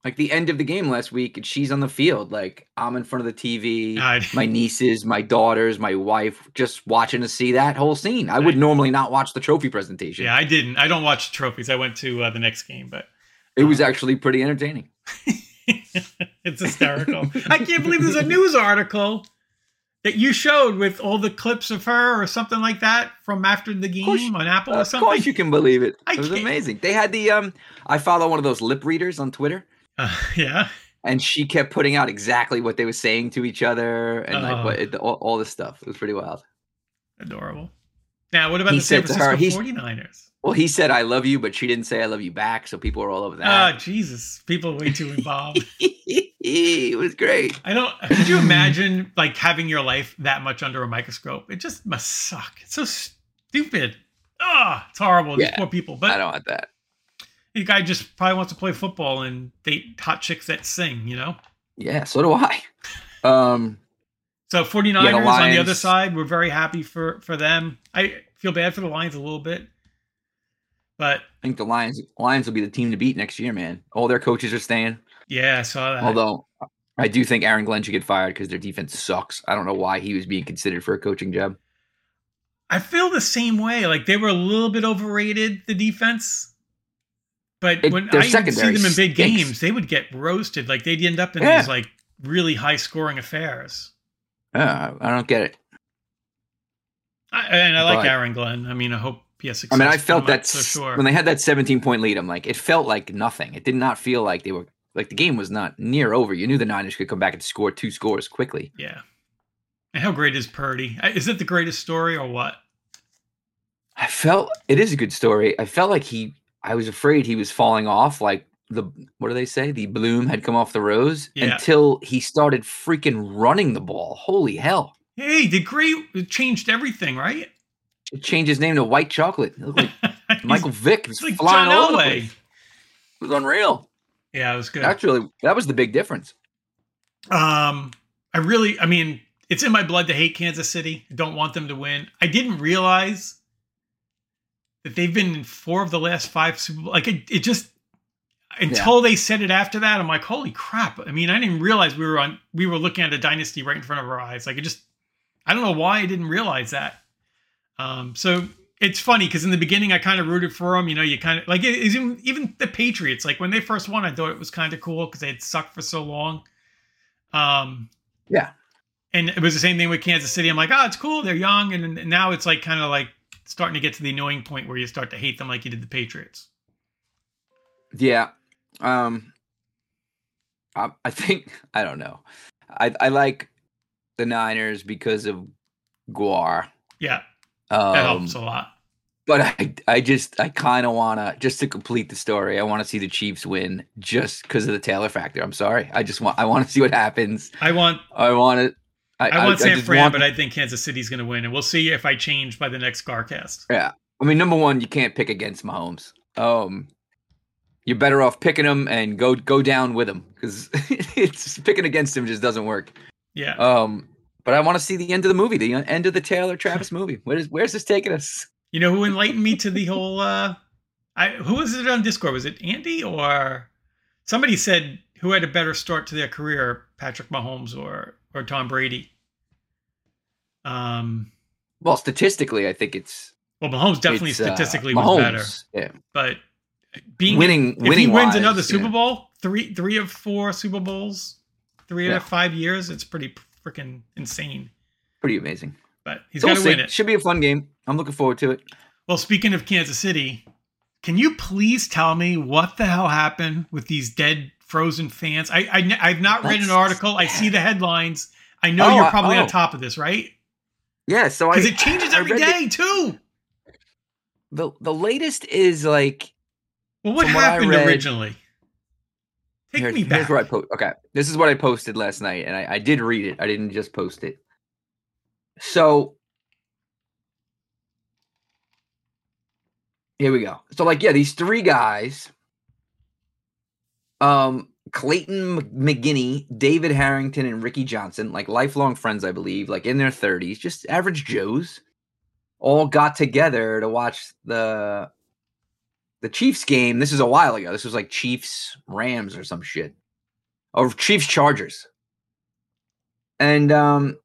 C: Like the end of the game last week, and she's on the field. Like I'm in front of the TV.
B: I-
C: my nieces, my daughters, my wife, just watching to see that whole scene. I would
B: Right.
C: normally not watch the trophy presentation.
B: yeah, I didn't. I don't watch trophies. I went to uh, the next game, but
C: It was actually pretty entertaining.
B: it's hysterical. I can't believe there's a news article that you showed with all the clips of her or something like that from after the game
C: course-
B: on Apple or
C: Of
B: something.
C: course you can believe it.
B: I
C: it was
B: can't-
C: amazing. They had the um I follow one of those lip readers on Twitter
B: Uh, yeah.
C: and she kept putting out exactly what they were saying to each other and
B: Oh.
C: like what it, all, all this stuff. It was pretty wild.
B: Adorable. Now, what about
C: He
B: the San
C: said to her,
B: Francisco Forty
C: he's-
B: 49ers?
C: Well, he said I love you, but she didn't say I love you back, so people were all over
B: Ah,
C: that.
B: Jesus. People are way too involved.
C: it was great.
B: I don't. Could you imagine like having your life that much under a microscope? It just must suck. It's so stupid. Ah, it's horrible. These
C: Yeah.
B: poor people.
C: I
B: But
C: don't want that.
B: the guy just probably wants to play football and date hot chicks that sing. You know.
C: Yeah, so do I. Um
B: So 49ers on the other
C: Lions-
B: side, we're very happy for for them. I feel bad for the Lions a little bit, but
C: I think the Lions Lions will be the team to beat next year, man. All their coaches are staying.
B: yeah, I saw that.
C: Although I do think Aaron Glenn should get fired because their defense sucks. I don't know why he was being considered for a coaching job.
B: I feel the same way. Like they were a little bit overrated, the defense. But
C: It-
B: when
C: their
B: I would see
C: secondary
B: them in big
C: stinks.
B: games, they would get roasted. Like they'd end up in
C: Yeah.
B: these like really high scoring affairs.
C: Uh, I don't get it.
B: I, and I like
C: But-
B: Aaron Glenn. I mean, I hope he has
C: I
B: success.
C: mean, I
B: for
C: felt
B: him, I'm
C: that
B: so
C: s-
B: sure.
C: when they had that 17 point lead, I'm like, it felt like nothing. It did not feel like they were like the game was not near over. You knew the Niners could come back and score two scores quickly.
B: yeah. And how great is Purdy? I- Is it the greatest story or what?
C: I felt it is a good story. I felt like he, I was afraid he was falling off. Like the, what do they say? The bloom had come off the rose
B: Yeah.
C: until he started freaking running the ball. Holy hell.
B: Hey, the great it changed everything, right?
C: It changed his name to White Chocolate. It looked like
B: He's-
C: Michael Vick was
B: it's like
C: flying
B: John
C: all over
B: Elway.
C: the place. It was unreal.
B: Yeah, it was good.
C: Actually, that was the big difference.
B: Um, I really, I mean, it's in my blood to hate Kansas City. I don't want them to win. I didn't realize that they've been in four of the last five Super Bowl. Like it, it just until they said it after that, I'm like, holy crap! I mean, I didn't realize we were on. We were looking at a dynasty right in front of our eyes. Like it just, I don't know why I didn't realize that. Um, so it's funny because in the beginning I kind of rooted for them. You know, you kind of like it- it's even even the Patriots. Like when they first won, I thought it was kind of cool because they had sucked for so long. Um,
C: Yeah.
B: And it was the same thing with Kansas City. I'm like, oh, it's cool. They're young, and, and now it's like kind of like starting to get to the annoying point where you start to hate them like you did the Patriots.
C: Yeah. Um I, I think I don't know. I I like the Niners because of Guar.
B: Yeah, that
C: Um,
B: helps a lot.
C: but I I just I kind of want to just to complete the story. I want to see the Chiefs win just cuz of the Taylor factor. I'm sorry. I just want I want to see what happens.
B: I want
C: I want to I,
B: I want San
C: just
B: Fran,
C: want-
B: but I think Kansas City's going to win, and we'll see if I change by the next Garcast.
C: I mean, number one, you can't pick against Mahomes. Um, you're better off picking him and go go down with him because it's picking against him just doesn't work.
B: Yeah,
C: Um, but I want to see the end of the movie, the end of the Taylor Travis movie. Where's where's this taking us?
B: you know who enlightened me to the whole? uh I who was it on Discord? Was it Andy or somebody said who had a better start to their career, Patrick Mahomes or or Tom Brady? Um,
C: Well, statistically, I think it's
B: Well, Mahomes definitely
C: it's, uh,
B: statistically was better,
C: Mahomes. better.
B: but being
C: Winning,
B: if
C: winning
B: he wins
C: wise,
B: another
C: yeah.
B: Super Bowl, three three of four Super Bowls, three out of
C: Yeah.
B: five years, it's pretty freaking insane.
C: pretty amazing.
B: But he's
C: So
B: got
C: we'll
B: to
C: see.
B: win it.
C: Should be a fun game. I'm looking forward to it.
B: Well, speaking of Kansas City, can you please tell me what the hell happened with these dead frozen fans? I, I have not read an
C: That's-
B: article. I
C: yeah.
B: see the headlines. I know
C: Oh,
B: you're
C: I-
B: probably on
C: oh.
B: top of this, right?
C: Yeah, so I
B: Because it changes
C: I
B: every
C: read the-
B: day too.
C: the the latest is like
B: Well, what
C: From what I
B: happened
C: read-
B: originally? Take
C: Here-
B: me
C: here's
B: back.
C: where I post. Okay, this is what I posted last night, and I, I did read it. I didn't just post it. So here we go. So like, yeah, these three guys, um, Clayton Mc- McGinney, David Harrington, and Ricky Johnson, like lifelong friends, I believe, like in their thirties, just average Joes, all got together to watch the the Chiefs game. This is a while ago. This was like Chiefs Rams or some shit, or Chiefs Chargers. And um,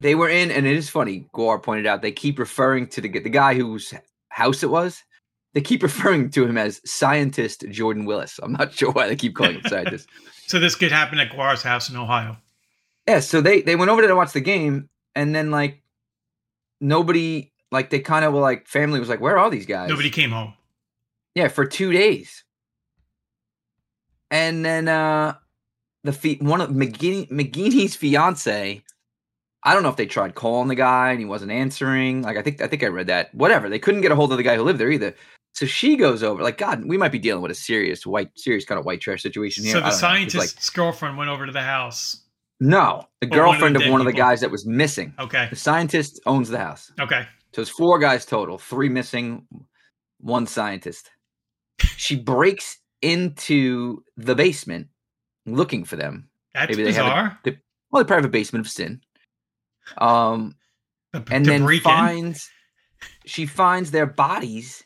C: they were in, and it is funny. Guar pointed out they keep referring to the g- the guy whose house it was. They keep referring to him as scientist Jordan Willis. I'm not sure why they keep calling him scientist.
B: So this could happen at Guar's house in Ohio.
C: Yeah, so they they went over there to watch the game, and then like nobody like they kind of were like family was like, where are these guys?
B: Nobody came home.
C: Yeah, for two days. And then uh the fi- one of McGinney McGinney's fiance. I don't know if they tried calling the guy and he wasn't answering. Like I think I think I read that. Whatever. They couldn't get a hold of the guy who lived there either. So she goes over, like, God, we might be dealing with a serious white, serious kind of white trash situation here.
B: So the
C: I don't know. It's
B: scientist's girlfriend went over to the house.
C: like, no, the
B: Or one of the
C: girlfriend of
B: dead
C: one of the
B: people.
C: guys that was missing.
B: Okay.
C: The scientist owns the house.
B: Okay.
C: So it's four guys total, three missing, one scientist. She breaks into the basement looking for them.
B: That's
C: Maybe they haven't-
B: bizarre.
C: Well, the private basement of sin. Um,
B: To-
C: and
B: to
C: then
B: break in.
C: finds she finds their bodies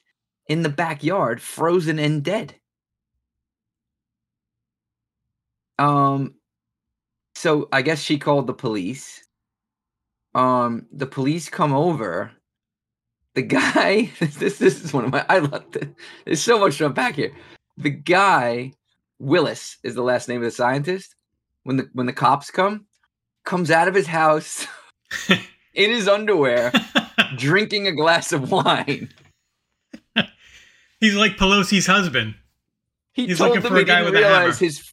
C: in the backyard, frozen and dead. Um, so I guess she called the police. Um, the police come over. The guy, this this is one of my I love this. There's so much to unpack here. The guy, Willis, is the last name of the scientist. When the when the cops come, comes out of his house in his underwear drinking a glass of wine.
B: He's like Pelosi's husband.
C: He
B: He's
C: told
B: looking
C: them
B: for a
C: he
B: guy
C: didn't
B: with a hammer.
C: realize his.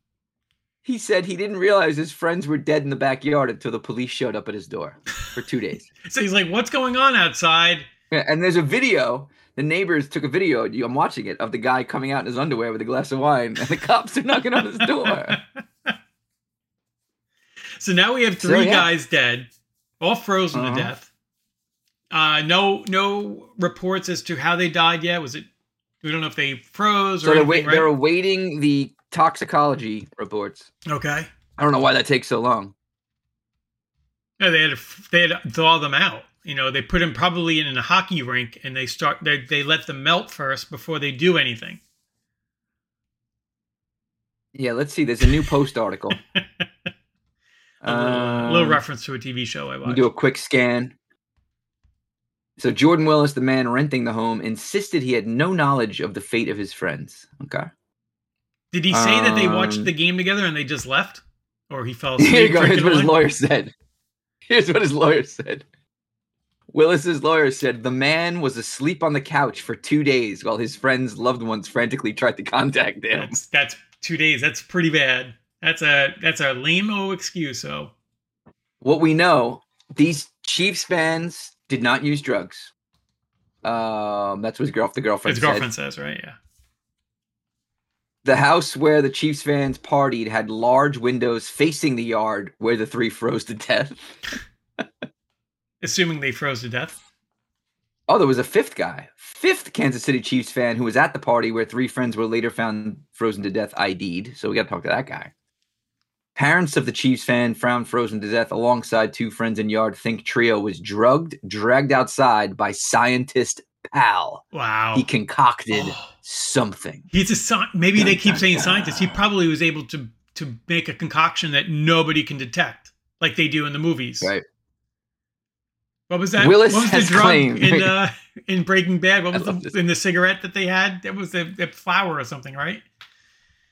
C: He said he didn't realize his friends were dead in the backyard until the police showed up at his door for two days.
B: So he's like, "What's going on outside?"
C: Yeah, and there's a video. The neighbors took a video. you- I'm watching it of the guy coming out in his underwear with a glass of wine, and the cops are knocking on his door.
B: So now we have
C: So,
B: three
C: yeah.
B: guys dead, all frozen
C: Uh-huh.
B: to death. Uh, no, no reports as to how they died yet. Was it? We don't know if they froze or
C: So they're, wait,
B: anything,
C: they're
B: right?
C: awaiting the toxicology reports.
B: okay.
C: I don't know why that takes so long.
B: Yeah, they had to, f- they had to thaw them out. You know, they put them probably in a hockey rink, and they start they they let them melt first before they do anything.
C: Yeah, let's see. There's a new post article.
B: A little, little
C: Um,
B: reference to a TV show I
C: We
B: watched.
C: do a quick scan. So Jordan Willis, the man renting the home, insisted he had no knowledge of the fate of his friends. Okay.
B: Did he say that they watched
C: Um,
B: the game together and they just left, or he fell asleep?
C: Here you go. Here's
B: Oh, drinking
C: what his
B: wine?
C: lawyer said. Here's what his lawyer said. Willis's lawyer said the man was asleep on the couch for two days while his friends' loved ones frantically tried to contact him.
B: That's that's two days. That's pretty bad. That's a that's a lame o excuse. So
C: What we know, these Chiefs fans did not use drugs. Um, that's what his girl, the girlfriend
B: his
C: said.
B: girlfriend says, right? Yeah.
C: The house where the Chiefs fans partied had large windows facing the yard where the three froze to death.
B: Assuming they froze to death.
C: Oh, there was a fifth guy, fifth Kansas City Chiefs fan who was at the party where three friends were later found frozen to death, ID'd. So we got to talk to that guy. Parents of the Chiefs fan found frozen to death alongside two friends in yard think trio was drugged, dragged outside by scientist pal.
B: Wow.
C: He concocted
B: Oh.
C: something.
B: He's a sci- maybe they
C: Dun,
B: keep
C: dun,
B: saying
C: dun.
B: scientist. He probably was able to to make a concoction that nobody can detect, like they do in the movies.
C: Right.
B: What was that?
C: Willis
B: what was the
C: has
B: drug
C: claimed-
B: in uh, in Breaking Bad? What
C: I
B: was
C: love this.
B: the, in the cigarette that they had? That was the, the flower or something, right?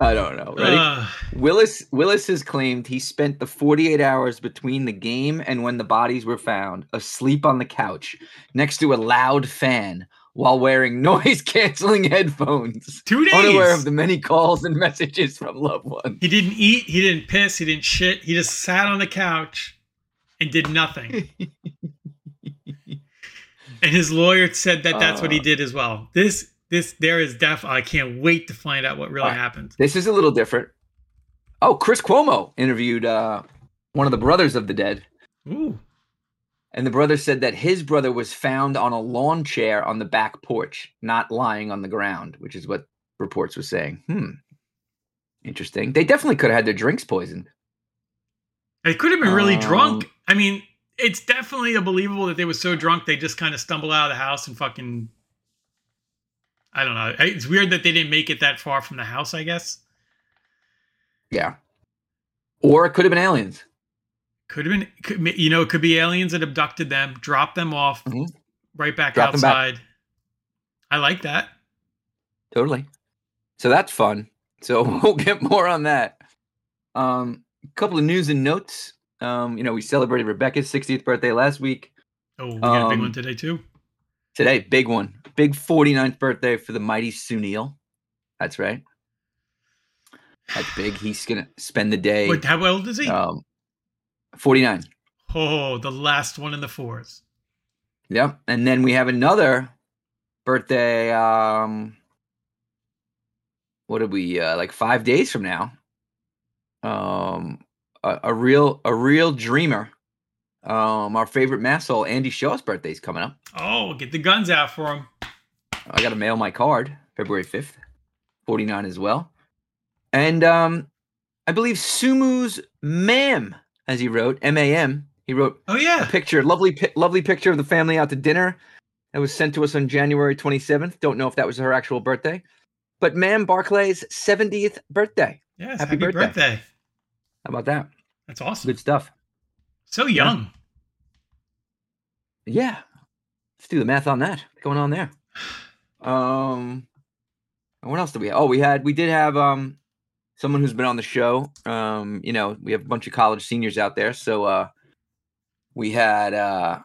C: I don't know. Ready?
B: Uh,
C: Willis Willis has claimed he spent the 48 hours between the game and when the bodies were found asleep on the couch next to a loud fan while wearing noise canceling headphones.
B: two days.
C: Unaware of the many calls and messages from loved ones.
B: He didn't eat. He didn't piss. He didn't shit. He just sat on the couch and did nothing. and his lawyer said that that's what he
C: Uh.
B: did as well. This this there is def. I can't wait to find out what really
C: Uh,
B: happened.
C: This is a little different. Oh, Chris Cuomo interviewed uh, one of the brothers of the dead.
B: Ooh,
C: And the brother said that his brother was found on a lawn chair on the back porch, not lying on the ground, which is what reports were saying. Hmm. Interesting. They definitely could have had their drinks poisoned.
B: they could have been really
C: Um,
B: drunk. I mean, it's definitely unbelievable that they were so drunk they just kind of stumbled out of the house and fucking. I don't know. It's weird that they didn't make it that far from the house. I guess
C: Yeah. Or it could have been aliens.
B: could have been. Could, you know, it could be aliens that abducted them, dropped them off,
C: Mhm.
B: right back
C: Dropped them back.
B: outside. I like that.
C: Totally. So that's fun. So we'll get more on that. Um, a couple of news and notes. Um, you know, we celebrated Rebecca's 60th birthday last week.
B: Oh, we got a big
C: Um,
B: one today too.
C: Today, big one. Big 49th birthday for the mighty Sunil. That's right. That's big. He's going to spend the day
B: What, how old is he?
C: um, 49.
B: oh, the last one in the fours.
C: Yep. And then we have another birthday. Um, what did we uh, like five days from now? Um, a, a real a real dreamer. Um, our favorite mass soul, Andy Shaw's birthday is coming up.
B: Oh, get the guns out for him.
C: I got to mail my card February fifth, forty nine as well. And um, I believe Sumu's Mam, as he wrote M A M. He wrote
B: Oh
C: a
B: yeah.
C: picture, lovely, pi- lovely picture of the family out to dinner that was sent to us on January 27th. Don't know if that was her actual birthday, but Mam Barclay's 70th birthday.
B: Yes. Happy,
C: Happy
B: birthday.
C: birthday. How about that?
B: That's awesome.
C: Good stuff.
B: So young.
C: Yeah, let's do the math on that. What's going on there? Um, and what else did we? Have? Oh, we had we did have um someone who's been on the show. Um, you know, we have a bunch of college seniors out there, so uh, we had uh,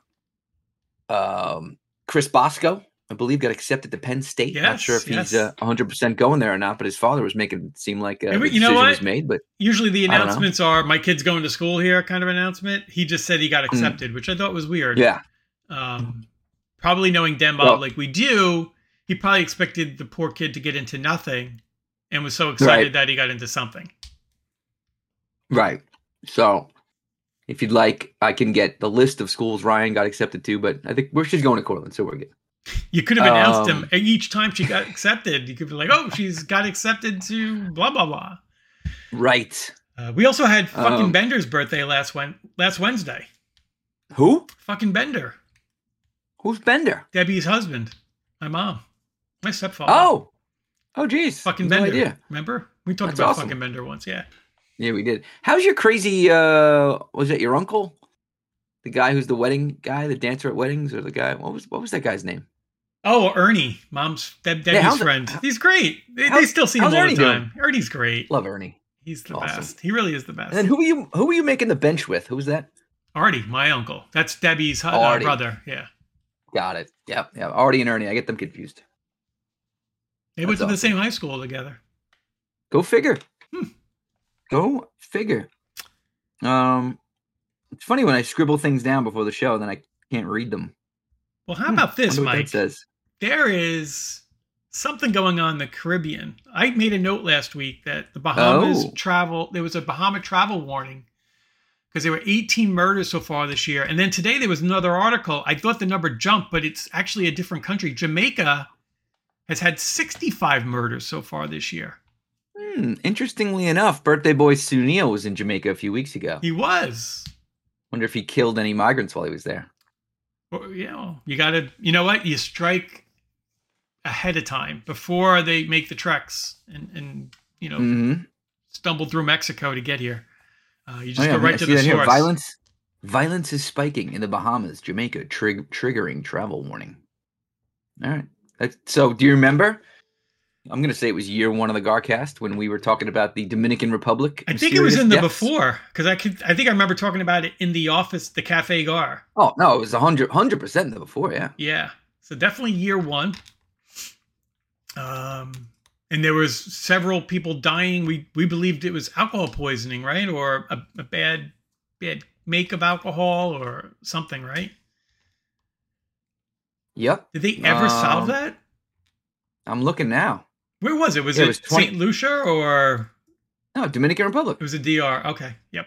C: um Chris Bosco, I believe, got accepted to Penn State. Not sure
B: Yes,
C: if he's
B: yes.
C: he's one hundred percent going there or not, but his father was making it seem like uh,
B: And we-
C: the
B: you know
C: decision was
B: what?
C: made. But
B: Usually the
C: I don't know.
B: announcements are my kid's going to school here kind of announcement. He just said he got
C: Mm.
B: accepted, which I thought was weird.
C: yeah,
B: Um, probably knowing Denbob
C: Well-
B: like we do, he probably expected the poor kid to get into nothing and was so excited
C: Right.
B: that he got into something.
C: Right. So if you'd like, I can get the list of schools Ryan got accepted to, but I think we're she's going to Cortland, so we're good.
B: You could have announced
C: Um,
B: him each time she got accepted. You could be like, "Oh, she's got accepted to blah blah blah."
C: Right.
B: Uh, we also had fucking
C: Um,
B: Bender's birthday last wen- last Wednesday.
C: Who?
B: Fucking Bender,
C: Who's Bender?
B: Debbie's husband, my mom, my stepfather.
C: Oh. Oh geez.
B: Uh-huh. fucking
C: No
B: Bender.
C: idea.
B: Remember we talked
C: That's
B: about
C: awesome.
B: fucking Bender once? Yeah.
C: Yeah, we did. How's your crazy uh was that your uncle? The guy who's the wedding guy, the dancer at weddings, or the guy what was what was that guy's name?
B: Oh, Ernie, mom's Deb, Debbie's
C: how's-
B: friend. He's great. They, they
C: how's-
B: still see him all
C: how's Ernie
B: the
C: doing?
B: time. Ernie's great.
C: Love Ernie.
B: He's the
C: Awesome.
B: best. He really is the best.
C: And then who were you who were you making the bench with? Who was that?
B: Artie, my uncle. That's Debbie's hu- uh,
C: Artie.
B: brother. Yeah.
C: Got it. Yeah, yeah. Artie and Ernie. I get them confused.
B: They went
C: That's
B: to the
C: awesome.
B: same high school together.
C: Go figure.
B: Hmm.
C: Go figure. Um, it's funny when I scribble things down before the show, and then I can't read them.
B: Well, how
C: Hmm,
B: about this,
C: Wonder what that
B: Mike?
C: says.
B: there is something going on in the Caribbean. I made a note last week that the Bahamas
C: Oh.
B: travel there was a Bahama travel warning because there were 18 murders so far this year. And then today there was another article. I thought the number jumped, but it's actually a different country. Jamaica has had 65 murders so far this year.
C: Hmm, interestingly enough, birthday boy Sunil was in Jamaica a few weeks ago.
B: He was.
C: Wonder if he killed any migrants while he was there.
B: Well, you know, you got to you know what? You strike ahead of time before they make the treks and and you know
C: hmm
B: stumble through Mexico to get here. Uh, you
C: Oh,
B: just
C: yeah,
B: go right
C: I
B: to
C: see
B: the
C: that
B: source.
C: here. Violence, violence is spiking in the Bahamas, Jamaica, trig- triggering travel warning. All right. That's, so, do you remember? I'm going to say it was year one of the Garcast when we were talking about the Dominican Republic.
B: I think it was
C: mysterious
B: in the
C: deaths.
B: before because I could. I think I remember talking about it in the office, the cafe gar.
C: Oh no, it was a hundred hundred percent in the before. Yeah.
B: Yeah, so definitely year one. Um, and there was several people dying. We we believed it was alcohol poisoning, right, or a, a bad bad make of alcohol or something, right?
C: Yep.
B: Did they ever solve
C: Um,
B: that?
C: I'm looking now.
B: Where was it? Was
C: it
B: it,
C: was 20
B: St. Lucia or
C: No, Dominican Republic.
B: it was a DR? Okay. Yep.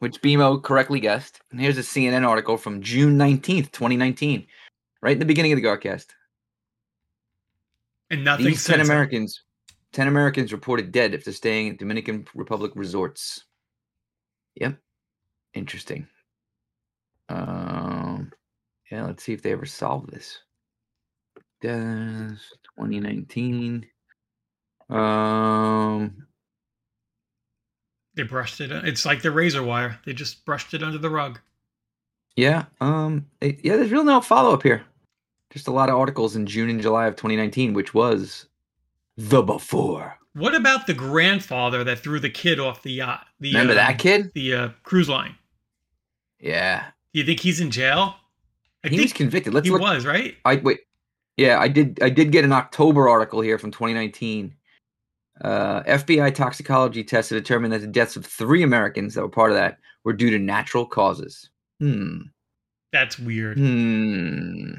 C: which BMO correctly guessed. And here's a CNN article from June 19th, 2019, right in the beginning of the Godcast.
B: And nothing
C: These 10
B: since.
C: Americans, 10 Americans reported dead after staying at Dominican Republic resorts. Yep. Interesting. Um, yeah, let's see if they ever solve this. Deaths, 2019. Um,
B: They brushed it. It's like the razor wire. They just brushed it under the rug.
C: Yeah. Um. it- yeah. There's really no follow up here. Just a lot of articles in June and July of 2019, which was the before.
B: What about the grandfather that threw the kid off the yacht? The,
C: Remember
B: uh,
C: that kid?
B: The uh, cruise line.
C: Yeah.
B: Do you think he's in jail? I
C: he was
B: think
C: convicted. Let's
B: he
C: look.
B: was, right?
C: I wait. Yeah, I did. I did get an October article here from 2019. Uh, FBI toxicology tests have determined that the deaths of three Americans that were part of that were due to natural causes. Hmm.
B: That's weird.
C: Hmm.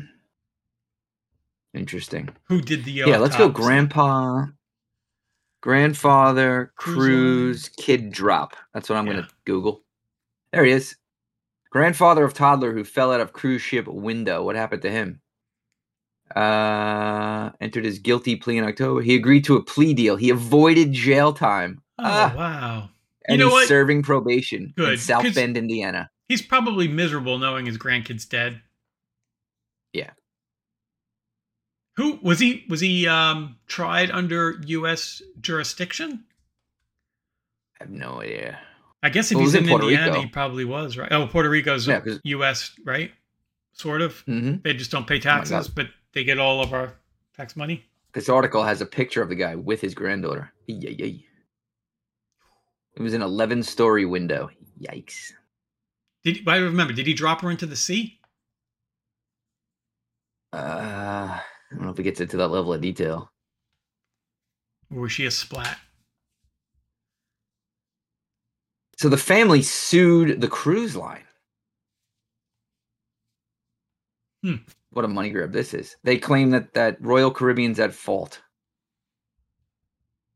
C: Interesting.
B: Who did the uh,
C: yeah, let's go
B: autopsy?
C: grandpa, grandfather,
B: Cruise
C: cruise, kid drop. That's what I'm going
B: Yeah.
C: to Google. There he is. Grandfather of toddler who fell out of cruise ship window. What happened to him? Uh, entered his guilty plea in October. He agreed to a plea deal. He avoided jail time
B: Oh,
C: Ah.
B: wow. You
C: and
B: know
C: he's
B: what?
C: serving probation in
B: Good,
C: South
B: 'cause-
C: Bend, Indiana.
B: He's probably miserable knowing his grandkid's dead.
C: Yeah.
B: Who was he? Was he um, tried under U.S. jurisdiction?
C: I have no idea.
B: I guess if
C: Well, it
B: he's
C: was
B: in,
C: in Puerto
B: Indiana,
C: Rico.
B: he probably was, right? Oh, Puerto Rico's
C: Yeah, 'cause-
B: U.S. right? Sort of.
C: hmm
B: They just don't pay
C: God.
B: taxes, but they get all of our tax money.
C: This article has a picture of the guy with his granddaughter. Yeah, yeah. It was an 11 story window. Yikes.
B: Did I remember? Did he drop her into the sea?
C: Uh, I don't know if it gets into that level of detail.
B: Or was she a splat?
C: So the family sued the cruise line.
B: Hmm.
C: What a money grab this is. They claim that, that Royal Caribbean's at fault.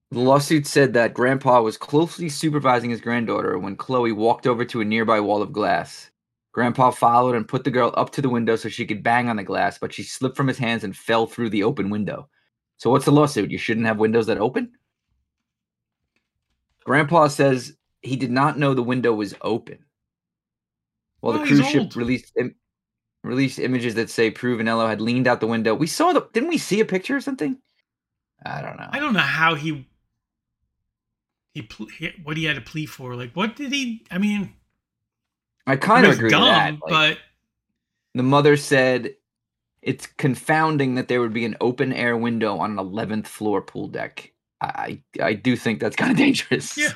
C: The lawsuit said that Grandpa was closely supervising his granddaughter when Chloe walked over to a nearby wall of glass. Grandpa followed and put the girl up to the window so she could bang on the glass, but she slipped from his hands and fell through the open window. So, what's the lawsuit? You shouldn't have windows that open? Grandpa says he did not know the window was open. Well, the
B: Well, he's
C: cruise ship
B: old.
C: released im- released images that say Provenello had leaned out the window. We saw the didn't we see a picture or something? I don't know.
B: I don't know how he he, ple- he what he had to plea for. Like, what did he? I mean,
C: I
B: he
C: kind of
B: was
C: agree
B: dumb,
C: with that. like,
B: but
C: the mother said it's confounding that there would be an open air window on an eleventh floor pool deck. I I I do think that's kind of dangerous.
B: Yeah,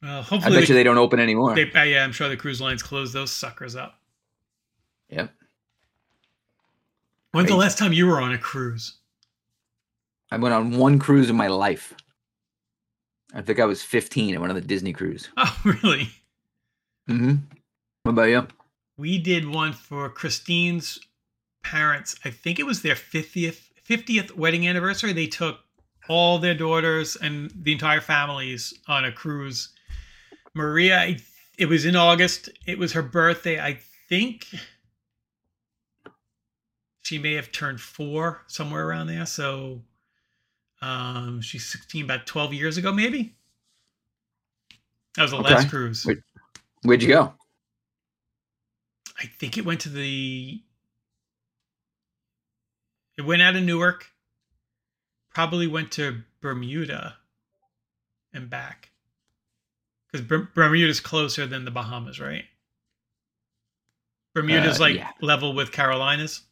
B: well,
C: I
B: uh, hopefully
C: bet you they don't open anymore.
B: They, uh, yeah, I'm sure the cruise lines closed those suckers up.
C: Yep.
B: When's the
C: Crazy.
B: last time you were on a cruise?
C: I went on one cruise in my life. I think I was 15 at one of the Disney cruise.
B: Oh, really?
C: Mm-hmm. What about you?
B: We did one for Christine's parents. I think it was their 50th 50th wedding anniversary. They took all their daughters and the entire families on a cruise. Maria, I- it was in August. It was her birthday. I think she may have turned 4 somewhere around there. So um she's 16 about 12 years ago maybe. That was the
C: Okay.
B: last cruise.
C: Wait. Where'd you go?
B: I think it went to the. It went out of Newark. Probably went to Bermuda, and back. Because Bermuda's closer than the Bahamas, right? Bermuda's
C: Uh,
B: like
C: yeah.
B: level with Carolinas.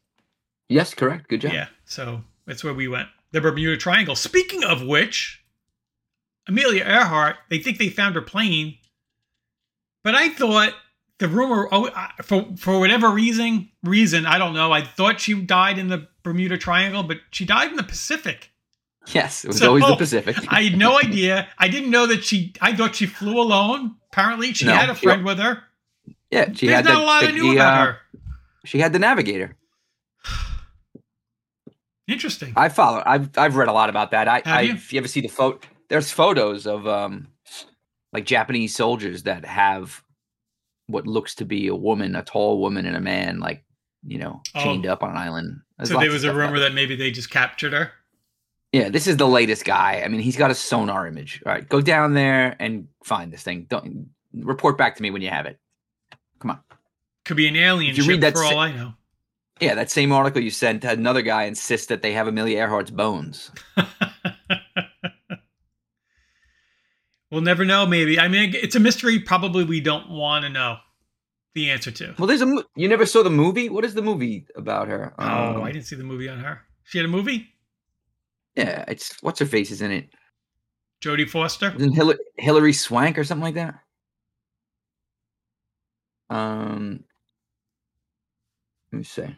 C: Yes, correct. Good
B: Yeah.
C: job.
B: So that's where we went. The Bermuda Triangle. Speaking of which, Amelia Earhart, they think they found her plane. But I thought the rumor, oh, I- for for whatever reason, reason I don't know. I thought she died in the Bermuda Triangle, but she died in the Pacific.
C: Yes, it was
B: So-
C: always the Pacific.
B: I had no idea. I didn't know that she. I thought she flew alone. Apparently, she
C: No,
B: had a
C: she-
B: friend with her.
C: yeah, she
B: There's
C: had
B: not
C: the,
B: a lot
C: the,
B: I knew
C: the,
B: about
C: uh,
B: her.
C: She had the Navigator.
B: Interesting.
C: I follow. I've I've read a lot about that. I,
B: Have
C: I
B: you?
C: if you ever see the photo, there's photos of um like Japanese soldiers that have what looks to be a woman, a tall woman, and a man like you know
B: Oh.
C: chained up on an island. There's
B: so
C: lots
B: there
C: of
B: was a
C: stuff about
B: rumor
C: it.
B: that maybe they just captured her.
C: Yeah, this is the latest guy. I mean, he's got a sonar image. All right, go down there and find this thing. Don't report back to me when you have it.
B: Could be an alien
C: Did you
B: ship
C: read that
B: for
C: sa-
B: all I know.
C: Yeah, that same article you sent had another guy insists that they have Amelia Earhart's bones.
B: we'll never know. Maybe. I mean, it's a mystery. Probably we don't want to know the answer to.
C: Well, there's a mo- you never saw the movie. What is the movie about her?
B: Oh, I
C: Um,
B: didn't see the movie on her. She had a movie.
C: yeah, it's what's her face is in it.
B: Jodie Foster.
C: Isn't Hillary, Hillary Swank or something like that? Um, let me see.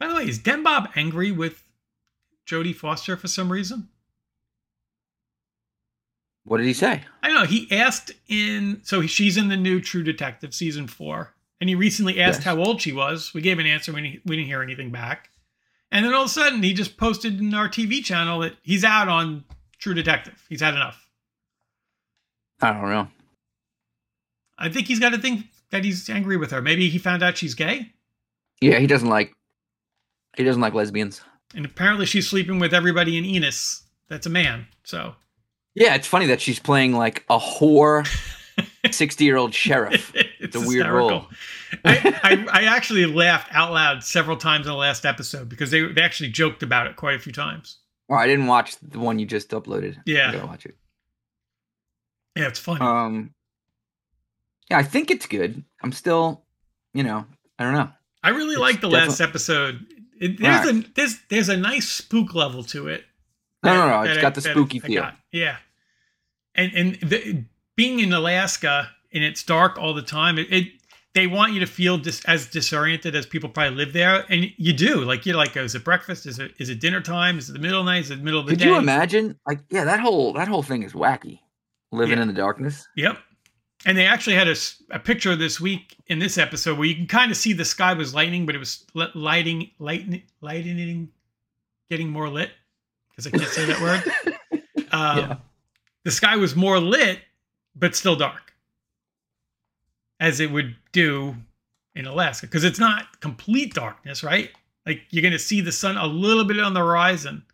B: By the way, is Den Bob angry with Jodie Foster for some reason?
C: What did he say?
B: I don't know. He asked in so she's in the new True Detective season four, and he recently asked
C: Yes.
B: how old she was. We gave an answer. We didn't, we didn't hear anything back, and then all of a sudden he just posted in our TV channel that he's out on True Detective. He's had enough.
C: I don't know.
B: I think he's got a thing that he's angry with her. Maybe he found out she's gay,
C: Yeah, he doesn't like. He doesn't like lesbians.
B: and apparently she's sleeping with everybody in Enos. That's a man. So
C: Yeah, it's funny that she's playing like a whore, sixty-year-old sheriff.
B: it's
C: a weird role.
B: I, I, I actually laughed out loud several times in the last episode because they, they actually joked about it quite a few times.
C: Oh, I didn't watch the one you just uploaded.
B: Yeah.
C: I gotta watch it.
B: Yeah, it's funny.
C: Um, yeah, I think it's good. I'm still, you know, I don't know.
B: I really
C: it's
B: like the
C: defi-
B: last episode. It, there's a there's there's a nice spook level to it.
C: No, no,
B: that-
C: no.
B: that
C: It's
B: I-
C: got the
B: that I-
C: spooky
B: I
C: feel.
B: got. Yeah, and and the, being in Alaska and it's dark all the time. It, it they want you to feel dis, as disoriented as people probably live there, and you do. Like you're like, oh, is it breakfast? Is it is it dinner time? Is it the middle of the night? Is it the middle of the
C: Could
B: day?
C: you imagine? Like, yeah, that whole that whole thing is wacky. Living
B: Yeah.
C: in the darkness.
B: Yep. And they actually had a, s- a picture this week in this episode where you can kind of see the sky was lightning, but it was li- lighting, lightning, lightening, getting more lit because I can't say that word. Um,
C: Yeah.
B: The sky was more lit, but still dark, as it would do in Alaska because it's not complete darkness, right? Like you're going to see the sun a little bit on the horizon.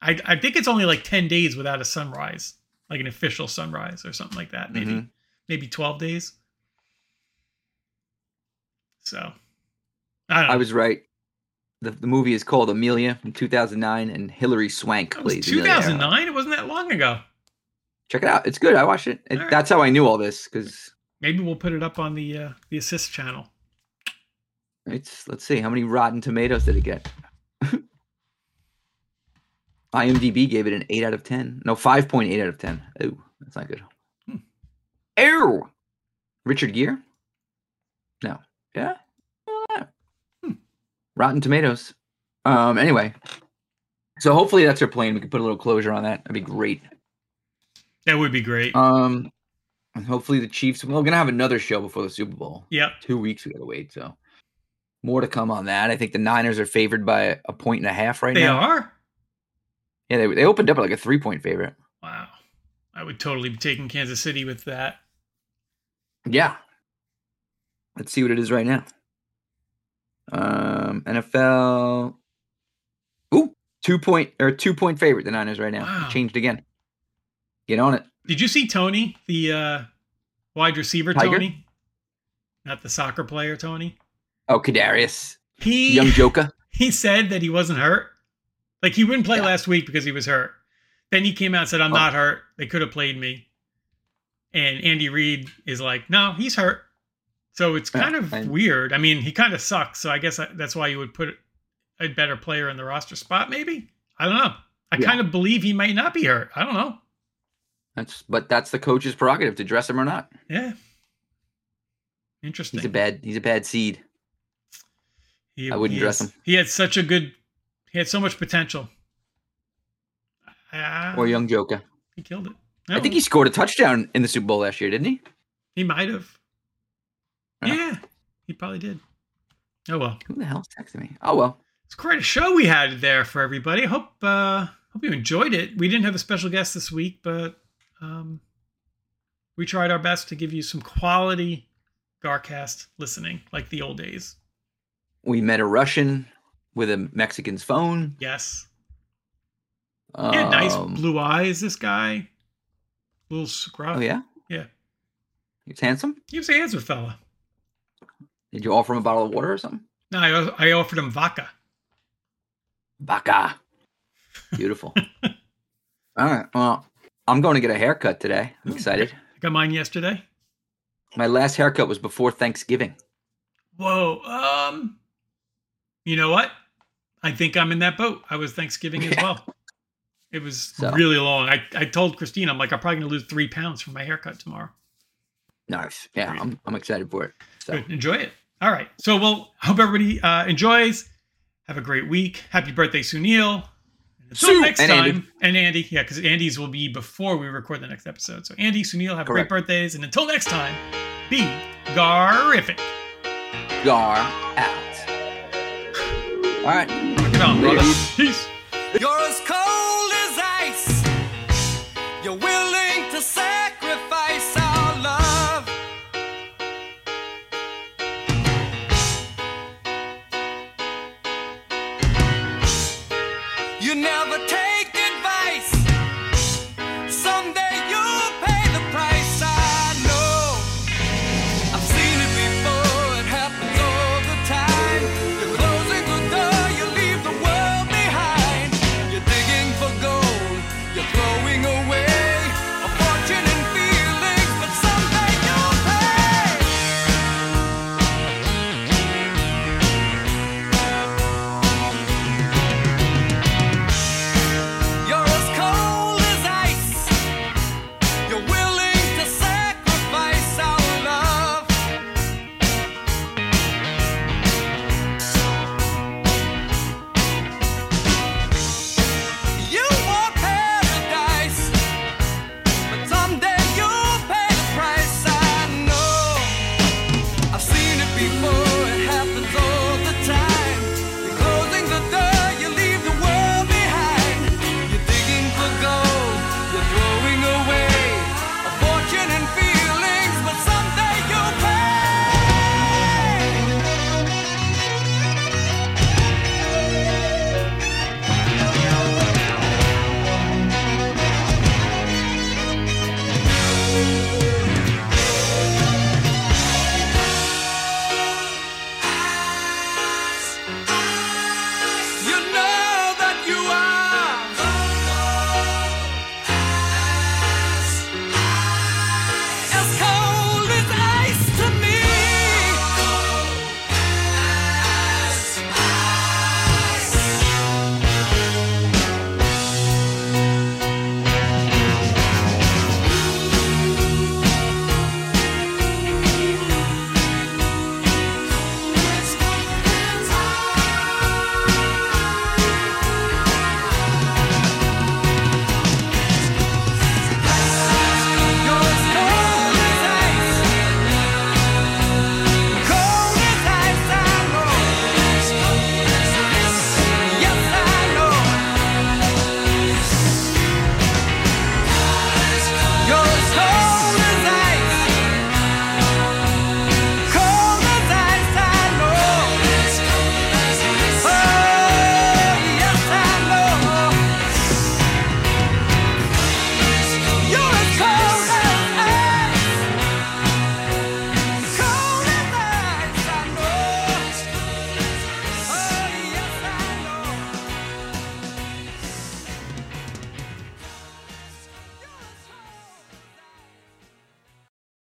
B: I, I think it's only like 10 days without a sunrise, like an official sunrise or something like that, maybe
C: Mhm.
B: maybe 12 days. So, I don't know.
C: I was right. The, the movie is called Amelia from 2009, and Hillary Swank
B: That was
C: plays. Amelia Earhart.
B: 2009. It wasn't that long ago.
C: Check it out. It's good. I watched it. It-
B: All right.
C: That's how I knew all this because
B: Maybe we'll put it up on the uh, the assist channel.
C: it's. Let's see, how many Rotten Tomatoes did it get? IMDb gave it an eight out of ten. No, five point eight out of ten. Ooh, that's not good.
B: Hmm.
C: Ew. Richard Gere. No. Yeah. Yeah. Hmm. Rotten Tomatoes. Um. Anyway. So hopefully that's her plan. We can put a little closure on that. That'd be great.
B: That would be great.
C: Um, and hopefully the Chiefs. Well, we're gonna have another show before the Super Bowl.
B: yep.
C: Two weeks we gotta wait. So more to come on that. I think the Niners are favored by a point and a half right
B: They
C: now.
B: are.
C: Yeah, they they opened up like a three point favorite.
B: Wow. I would totally be taking Kansas City with that.
C: Yeah. Let's see what it is right now. Um, NFL. Ooh, two point or two point favorite the Niners right now.
B: Wow.
C: Changed again. Get on it.
B: Did you see Tony, the uh, wide receiver
C: Tiger?
B: Tony? Not the soccer player Tony.
C: Oh, Kadarius,
B: He
C: young Joker.
B: he said that he wasn't hurt. Like he wouldn't play
C: Yeah.
B: last week because he was hurt. Then he came out and said, "I'm
C: Oh.
B: not hurt. They could have played me." And Andy Reid is like, "No, he's hurt." So it's
C: Yeah,
B: kind of
C: I-
B: weird. I mean, he kind of sucks. So I guess I- that's why you would put a better player in the roster spot. Maybe I don't know. I
C: Yeah.
B: kind of believe he might not be hurt. I don't know.
C: That's but that's the coach's prerogative to dress him or not.
B: Yeah,
C: He's a
B: interesting.
C: bad he's a bad seed.
B: He,
C: I wouldn't
B: he
C: dress
B: is-
C: him.
B: He had such a good. He had so much potential. Ah,
C: Or young Joker.
B: he killed it.
C: I think he scored a touchdown in the Super Bowl last year, didn't he?
B: he might have.
C: Yeah.
B: Yeah, he probably did. Oh well,
C: Who the hell's texting me? Oh well.
B: it's quite a show we had there for everybody. Hope uh, hope you enjoyed it. We didn't have a special guest this week, but um, we tried our best to give you some quality Garcast listening, like the old days.
C: We met a Russian with a Mexican's phone.
B: Yes. He had nice
C: Um,
B: blue eyes, this guy. Little scruff.
C: Oh yeah?
B: Yeah.
C: He's handsome.
B: He was a handsome fella.
C: Did you offer him a bottle of water or something?
B: No, I, I offered him vodka.
C: Baka. Beautiful. All right. Well, I'm going to get a haircut today. I'm excited.
B: I got mine yesterday.
C: My last haircut was before Thanksgiving.
B: Whoa. Um, you know what? I think I'm in that boat. I was Thanksgiving as
C: Yeah.
B: well. It was
C: So.
B: really long. I, I told Christine, I'm like, I'm probably going to lose three pounds from my haircut tomorrow.
C: Nice. Yeah, I'm, I'm excited for it. So,
B: Good. Enjoy it. All right. So, well, hope everybody uh, enjoys. Have a great week. Happy birthday, Sunil. Until
C: Sue!
B: next
C: And
B: time.
C: Andy.
B: And Andy. Yeah, because Andy's will be before we record the next episode. So, Andy, Sunil, have great
C: Correct.
B: birthdays. And until next time, be garific.
C: gar out. All right.
B: Rock it on, brother. Peace.
A: You're as cold as ice. You will Oh, Oh,